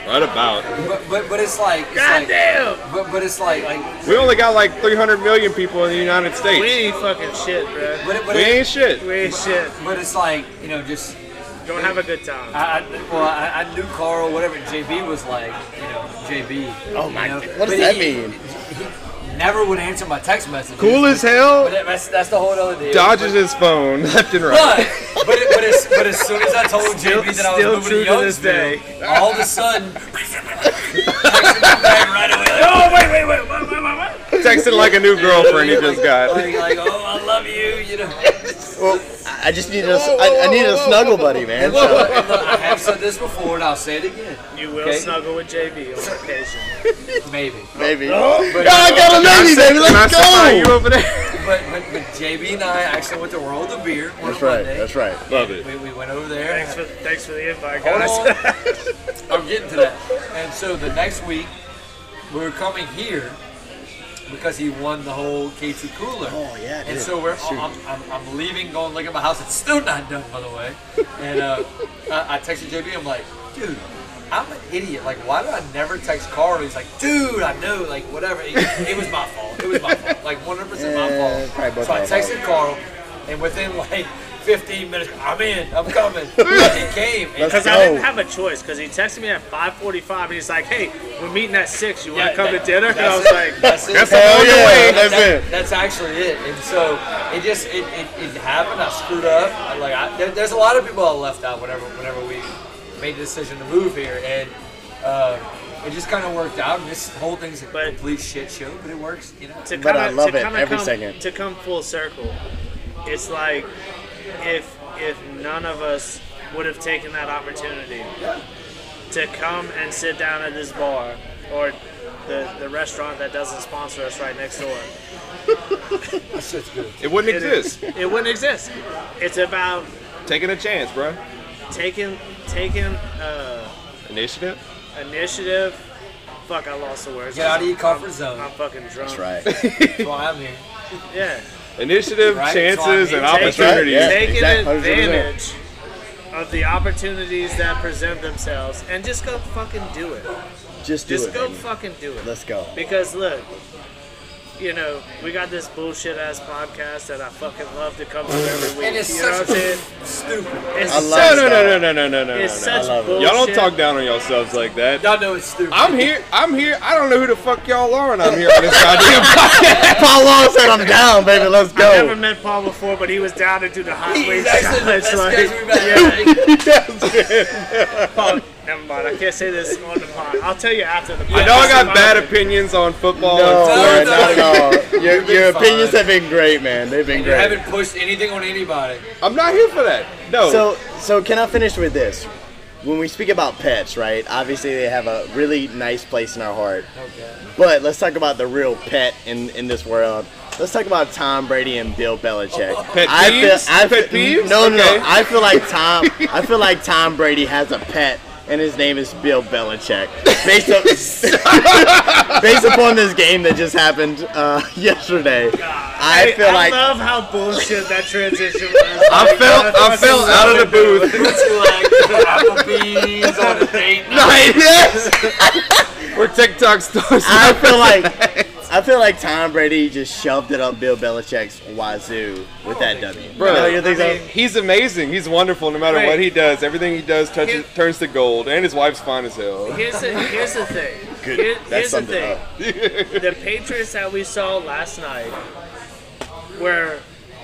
right about.
But, but but it's like it's like,
Goddamn!
But but it's like like
We only got like 300 million people in the United States.
We
We,
ain't fucking shit, bro.
but it, but, it,
ain't shit.
We ain't shit.
but it's like you know just
Don't have a good time.
I, I well, I, I knew Carl, whatever JB was like, you know, JB.
Oh my
you know,
God, what does
but
that
he-
mean?
he Never would answer my text messages.
Cool as
But
hell.
that- that's, that's the whole other deal.
Dodges his phone left and right.
But but, it, but, as, but as soon as I told JB that I was
still
moving
true
to
to this
Youngsville,
day.
all of a sudden, texted me back right away. Like,
Oh, wait, wait, wait, wait, wait, wait, wait.
Texting like a new girlfriend he just got.
like, like, oh, I love you. You know,
Well, I just needed a, I, I needed a snuggle buddy, man. So.
And look, I have said this before, and I'll say it again.
You will
Okay.
snuggle with JB on occasion.
Maybe.
Maybe. Oh, I got a baby, baby.
Can I
Let's
supply you
go.
over there?
But, but, but JB and I actually went to World of Beer. on
That's right.
Monday.
That's right.
Love it.
We, we went over there.
Thanks for, thanks for the invite,
Hold
guys.
on. I'm getting to that. And so the next week, we were coming here because he won the whole K2 cooler.
Oh, yeah,
And
dude.
so we're.
Shoot.
I'm, I'm, I'm leaving, going look at my house. It's still not done, by the way. And uh, I, I texted JB. I'm like, dude. I'm an idiot. Like, why did I never text Carl? He's like, dude, I know. Like, whatever. It, it was my fault. It was my fault. Like, 100%
Yeah, probably
my fault.
both
So I
our fault.
texted Carl, and within like 15 minutes, I'm in. I'm coming. he came. And
Because I
No.
didn't have a choice. Because he texted me at 5:45, and he's like, "Hey, we're meeting at six. You want
Yeah,
to come to
that-
dinner?" And I was
that's
like,
it. that's it.
That's
That-
all
Hell
the
yeah,
way.
that's it.
that's actually it. And so it just it, it, it happened. I screwed up. I, like I, there, there's a lot of people I left out whenever whenever we made the decision to move here, and uh, it just kind of worked out. And this whole thing's a
But-
complete shit show, but it works. You know.
to
But I
kinda-
love
to
it
kinda
every
come,
second.
To come full circle, it's like if if none of us would have taken that opportunity to come and sit down at this bar or the the restaurant that doesn't sponsor us right next door,
This shit's good.
It wouldn't
it-
exist.
It wouldn't exist. It's about
Taking a chance, bro.
taking taking uh,
Initiative.
initiative. Fuck, I lost the words.
Get out of your comfort
I'm
zone.
fucking drunk.
That's right.
That's why I'm here.
Yeah.
Initiative,
Right, that's what I
chances,
mean.
and
Take-
opportunities.
Yeah,
Taking
exactly.
advantage of the opportunities that present themselves and just go fucking do it.
Just do
Just
it.
go
baby.
fucking do it.
Let's go.
Because look, you know, we got this bullshit ass podcast that I fucking love to come to every week.
And it's
you know what
such
I'm saying?
stupid.
It's
I
such,
love
No, no, no, no, no, no, no, no,
it's
no.
such
love it.
bullshit.
Y'all don't talk down on yourselves like that.
Y'all know it's stupid.
I'm here. I'm here. I don't know who the fuck y'all are, and I'm here on this goddamn podcast.
Paul Long said I'm down, baby. Let's
I never
go.
met Paul before, but he was down to do the hot
He's
wings
actually the
challenge. like-
best guys we've met.
Paul, never mind. I can't say this on the pod. I'll tell you after the podcast.
I know I got
I'm-
bad opinions on football.
No,
and
Oh, man,
no,
not at
no.
all. Your,
been
your opinions
fine.
have been great, man. They've been
You haven't
great.
pushed anything on anybody.
I'm not here for that. No.
So, so can I finish with this? When we speak about pets, right? Obviously, they have a really nice place in our heart.
Okay.
But let's talk about the real pet in, in this world. Let's talk about Tom Brady and Bill Belichick.
Oh, Pet
I
peeves?
feel, I
Pet
feel,
peeves?
No, no,
Okay.
no. I feel like Tom. I feel like Tom Brady has a pet, and his name is Bill Belichick. Based up, based upon this game that just happened uh, yesterday, I
Hey,
feel like
I love how bullshit that transition was.
I fell. I fell out of the booth.
Applebee's on a date night.
We're TikTok stars.
I feel like I feel like Tom Brady just shoved it up Bill Belichick's wazoo with that W.
Bro,
No, you think
I
so?
mean-
He's amazing. He's wonderful. No matter
Wait.
what he does, everything he does touches,
Here-
turns to gold. And his wife's fine as hell.
Here's the, here's the thing.
Good.
Here-
That
here's the
summed it
thing. the Patriots that we saw last night were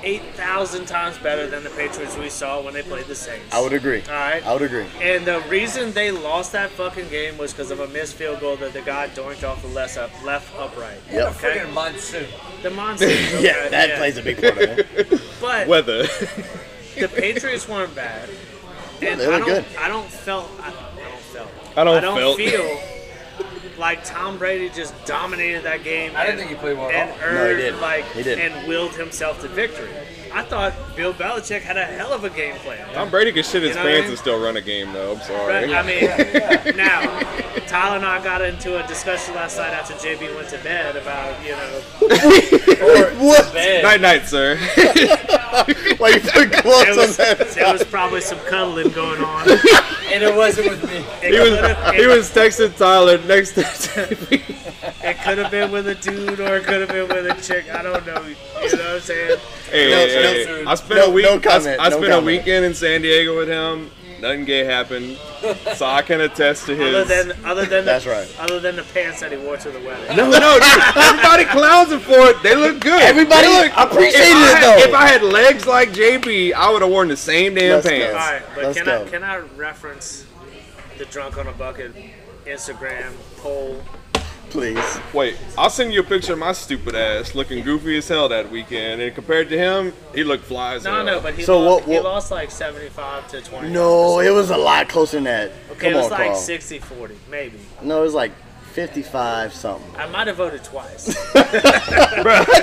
8,000 times better than the Patriots we saw when they played the Saints.
I would agree.
All right.
I would agree.
And the reason they lost that fucking game was because of a missed field goal that the guy doinked off the left, up, left upright.
Yep.
Okay.
Friggin' monsoon.
The monster.
Yeah, that plays a big part of it.
But
Weather.
the Patriots weren't bad. And
they were
I don't,
good.
I don't felt I,
I don't,
I don't
felt.
feel like Tom Brady just dominated that game.
I didn't
and-
think he played well at
and
all.
earned
No, he did.
like
He did.
and willed himself to victory. I thought Bill Belichick had a hell of a game plan.
Tom Brady can shit his
You know what I
pants
mean?
and still run a game, though. I'm
But,
sorry.
I mean, now Tyler and I got into a discussion last night after JB went to bed about you know
What?
night, night, sir.
Like you put
there
gloves on
was,
that.
there was probably some cuddling going on.
and it wasn't with me.
It
he was
could've-
he
it-
was texting Tyler next to
It could have been with a dude or it could have been with a chick. I don't know. You know what I'm saying?
Hey,
No,
hey,
no,
hey,
sir.
I spent
No-
a week.
no
I s-
comment,
I,
no
spent a
comment.
weekend in San Diego with him. Nothing gay happened, so I can attest to
Other
his.
than other than
That's
the,
right.
Other than the pants that he wore to the wedding.
no, no, dude. Everybody clowns him for it. They look good.
Everybody
They look,
appreciated
if I
it,
had-
though.
If I had legs like JP, I would have worn the same damn
Let's go.
pants.
All right, but
Let's
can I
go.
can I reference the drunk on a bucket Instagram poll?
Please.
Wait, I'll send you a picture of my stupid ass looking goofy as hell that weekend, and compared to him, he looked fly as
No,
hell.
no, but he,
So
lost,
what-
he
what-
lost like seventy five to twenty.
No, it was a lot closer than that.
Okay,
Come
it was
on,
like
Carl.
60 40, maybe.
No, it was like 55 something.
I might have voted twice.
How'd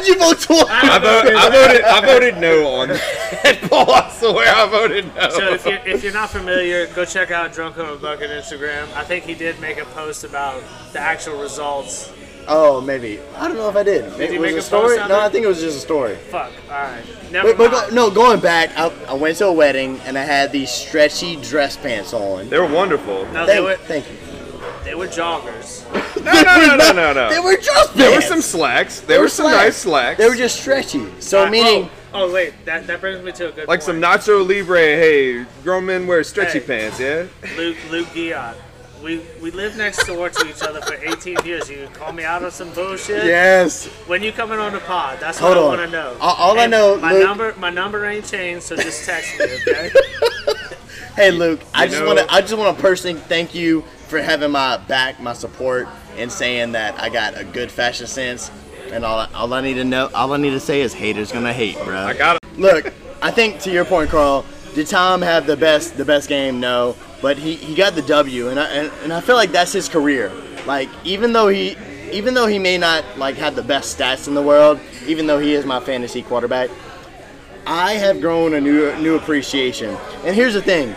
you vote twice?
I, vote, I voted. I voted no on that poll. I swear, I voted no.
So if you're, if you're not familiar, go check out Drunk on a Bucket Instagram. I think he did make a post about the actual results.
Oh, maybe. I don't know if I did. Maybe
you
it was
make a
a story?
post on
No,
it?
I think it was just a story.
Fuck. All right. Never
But, but
mind.
go- no, going back, I, I went to a wedding and I had these stretchy dress pants on.
they were wonderful.
No, they
Thank,
were
thank you.
they were joggers.
No, no, no, no, no, no.
They were dress pants.
There were some slacks. There
They
were some nice slacks.
They were just stretchy. So
Uh,
meaning,
Oh, oh, wait, that, that brings me to a good
like
point.
some Nacho Libre. Hey, grown men wear stretchy
Hey.
pants. Yeah.
Luke Luke Guillot. We we lived next door to each other for 18 years. You call me out on some bullshit.
yes.
When you coming on the pod, that's
Hold
what
on.
I want to know.
All- all I
And
know,
my
Luke-
number my number ain't changed, so just text me, okay?
Hey Luke, I
You
just
know-
want to I just want to personally thank you for having my back, my support, and saying that I got a good fashion sense. And all all I need to know, all I need to say is haters gonna hate, bro.
I got it.
Look, I think to your point, Carl. Did Tom have the best the best game? No, but he, he got the W, and I and, and I feel like that's his career. Like even though he even though he may not like have the best stats in the world, even though he is my fantasy quarterback, I have grown a new new appreciation. And here's the thing,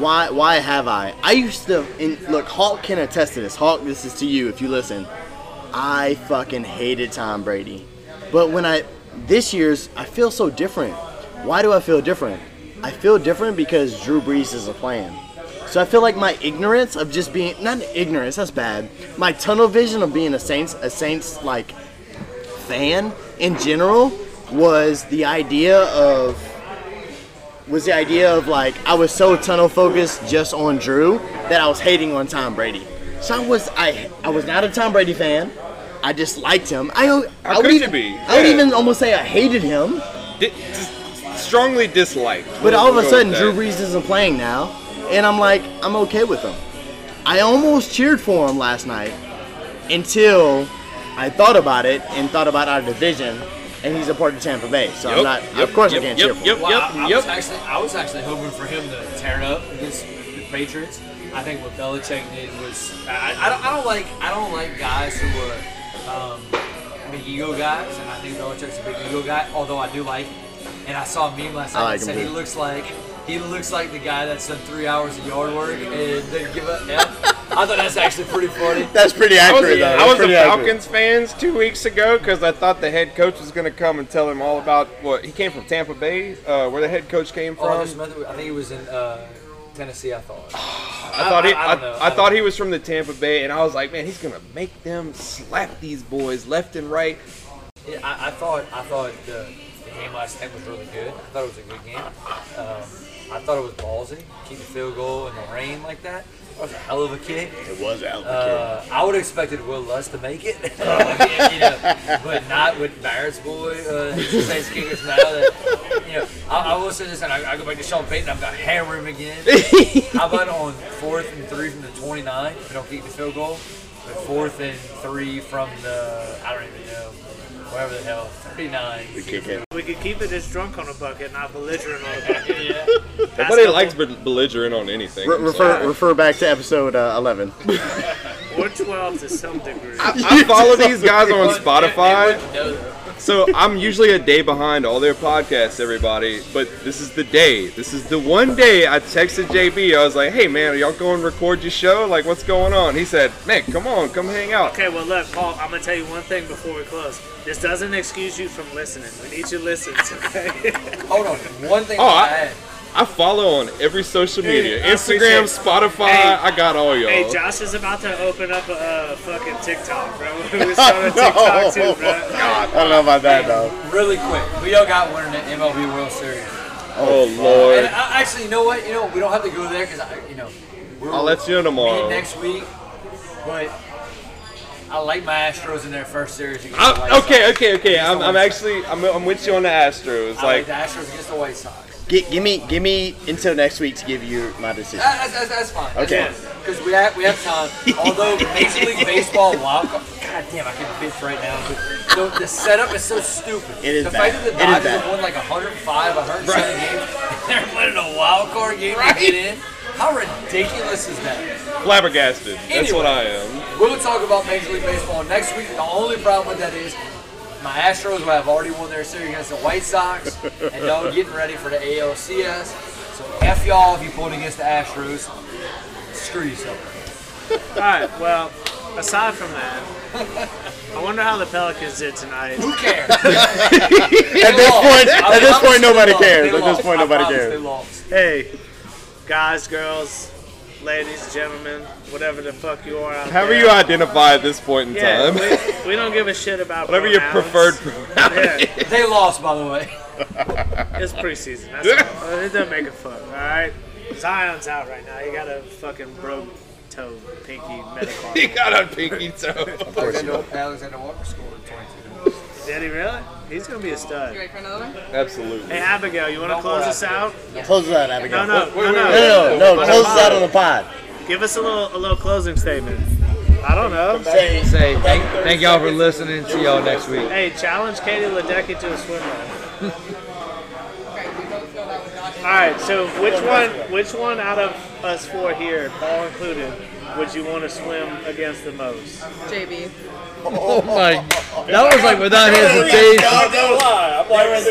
why why have I? I used to and look. Hawk can attest to this. Hawk, this is to you if you listen. I fucking hated Tom Brady. But when I this year's, I feel so different. Why do I feel different? I feel different because Drew Brees is a plan. So I feel like my ignorance of just being not ignorance, that's bad. My tunnel vision of being a Saints a Saints like fan in general was the idea of was the idea of like I was so tunnel focused just on Drew that I was hating on Tom Brady. So I was I I was not a Tom Brady fan. I just liked him. I How I
could
would
you
even,
be?
I would
Yeah.
even almost say I hated him.
Di- just strongly disliked.
But all of a sudden, Drew
Brees.
Brees isn't playing now, and I'm like, I'm okay with him. I almost cheered for him last night until I thought about it and thought about our division, and he's a part of Tampa Bay. So I'm not, of course, I can't cheer for him.
Yep,
Well,
yep,
I, I
yep.
was actually I was actually hoping for him to tear it up against the Patriots. I think what Belichick did was I, I, don't, I don't like I don't like guys who are um, big ego guys, and I think Belichick's a big ego guy. Although I do like, him. and I saw a meme last
I
night
like
that
him
said
too.
he looks like he looks like the guy that's done three hours of yard work and didn't give up. I thought that's actually pretty funny.
That's pretty
I was,
accurate,
a-
though.
I
That's
was a
pretty accurate.
Falcons fans two weeks ago because I thought the head coach was going to come and tell him all about what he came from Tampa Bay, uh, where the head coach came
Oh, I
from.
just remember- I think he was in uh, Tennessee. I thought.
I thought he,
I- I
I,
don't know.
I,
I don't
thought he was from the Tampa Bay, and I was like, man, he's gonna make them slap these boys left and right.
Yeah, I, I thought I thought the, the game last night was really good. I thought it was a good game. Um, I thought it was ballsy, keep the field goal in the rain like that. That was a hell of a kick.
It was out.
Uh, I would have expected Will Lutz to make it, Oh, you know, but not with Barrett's boy. Uh, his Saints kickers now. That, you know, I, I will say this, and I, I go back to Sean Payton. I'm gonna hammer him again. How about on fourth and three from the 29? If we don't kick the field goal, but fourth and three from the I don't even know whatever the hell, 39.
The kick it.
We could keep it as drunk on a bucket, not belligerent on a bucket.
Yeah.
Nobody likes bel- belligerent on anything.
Re-
so-
refer refer back to episode uh, 11.
Or 12 to some degree.
I follow these guys on Spotify.
They wouldn't know,
So I'm usually a day behind all their podcasts, everybody. But this is the day. This is the one day I texted JB. I was like, "Hey man, are y'all going to record your show? Like, what's going on?" He said, "Man, come on, come hang out."
Okay, well, look, Paul, I'm going to tell you one thing before we close. This doesn't excuse you from listening. We need you to listen, okay?
though. Hold on. One thing
Oh,
that I,
I-
had.
I follow on every social
Dude,
media:
I appreciate
Instagram,
it.
Spotify.
Hey.
I got all y'all.
Hey, Josh is about to open up a, a fucking TikTok, bro. we started TikTok too, bro.
I don't know about that though.
Really quick, we all got one in the MLB World Series.
oh
And
lord,
I, actually, you know what? You know, we don't have to go there because, you know, we're,
I'll let you know
meet
tomorrow.
next week. But I like my Astros in their first series against the White
I, okay,
Sox.
okay, okay.
Against
I'm,
the
I'm
White
actually I'm, I'm with you on the Astros.
Sox. I like
Like,
the Astros against the White Sox.
Gi- give me give me until next week to give you my decision.
That- That's, that's, that's fine.
Okay.
Because we have we have time. Although Major League Baseball wild card, God damn, I can bitch right now. But the, the setup is so stupid.
It is
the
bad.
fact that the
It is
Dodgers
bad.
have won like 105, 107 games, and they're winning a wild card game to get in. How ridiculous is that?
flabbergasted. That's what I am.
We'll talk about Major League Baseball next week. The only problem with that is my Astros will have already won their series against the White Sox, and y'all getting ready for the ALCS. So F y'all if you pulled against the Astros. Screw yourself.
All right, well, aside from that, I wonder how the Pelicans did tonight.
Who cares?
At this point, at this point, nobody cares. At this point, nobody
They
cares.
lost.
Hey, guys, girls, ladies, gentlemen, whatever the fuck you are out
However
there.
you identify at this point in
Yeah,
time,
we, we don't give a shit about
whatever your
pronouns.
preferred pronoun
Yeah,
They lost, by the way.
it's preseason. That's all. It doesn't make a fuck. All right, Zion's out right now. He got a fucking broke toe, pinky,
he
metacarpal.
got on pinky toe.
Alexander, Alexander Walker scored 22.
Did he really? He's gonna be a
You
stud.
ready for another one?
Absolutely.
Hey, Abigail, you want to
Don't
close
worry,
us out?
Close that, Abigail.
No, no,
Wait, wait,
no, no.
wait,
No, no, no,
On
close
the
us out
pod.
on the pod.
Give us a little, a little closing statement. I don't know.
Say,
Say thank, thank y'all for listening. See y'all next week.
Hey, challenge Katie Ledecky to a swim lane.
Okay, we both know that was not it.
All right. So which one? Which one out of us four here, Paul included, would you want to swim against the most?
JB.
Oh my! That was like without hesitation.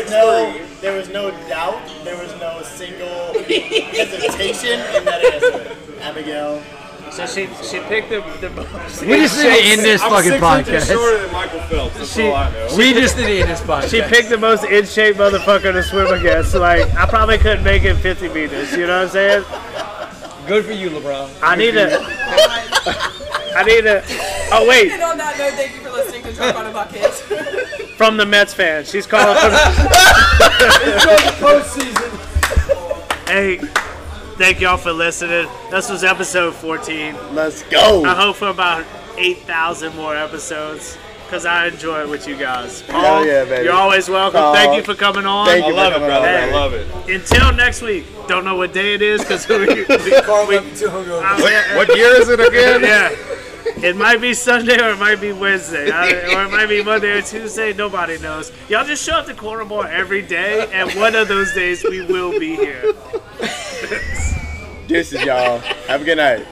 There was no, there was no doubt. There was no single hesitation in that answer. Abigail.
So she she picked the the most.
We just need to end this fucking podcast.
than Michael Phelps. That's
She- We just need to end this podcast.
She picked the most in shape motherfucker to swim against. Like I probably couldn't make it 50 meters. You know what I'm saying?
Good for you, LeBron.
I need a. I need a. Oh wait,
And on that note, thank you for listening to Drunk on a Bucket.
from the Mets fan. She's calling from. the Hey, thank y'all for listening. This was episode 14.
Let's go.
I hope for about 8,000 more episodes because I enjoy it with you guys. Paul,
Hell yeah, baby.
you're always welcome.
Paul,
Thank you for coming on.
Thank you
I love
for coming
it, brother.
on,
I
man.
love it.
Until next week, don't know what day it is because we,
Carl left me too hungover.
What, what year is it again?
yeah. It might be Sunday or it might be Wednesday I- or it might be Monday or Tuesday. Nobody knows. Y'all just show up to Corner Bar every day, and one of those days we will be here.
Deuces, y'all. Have a good night.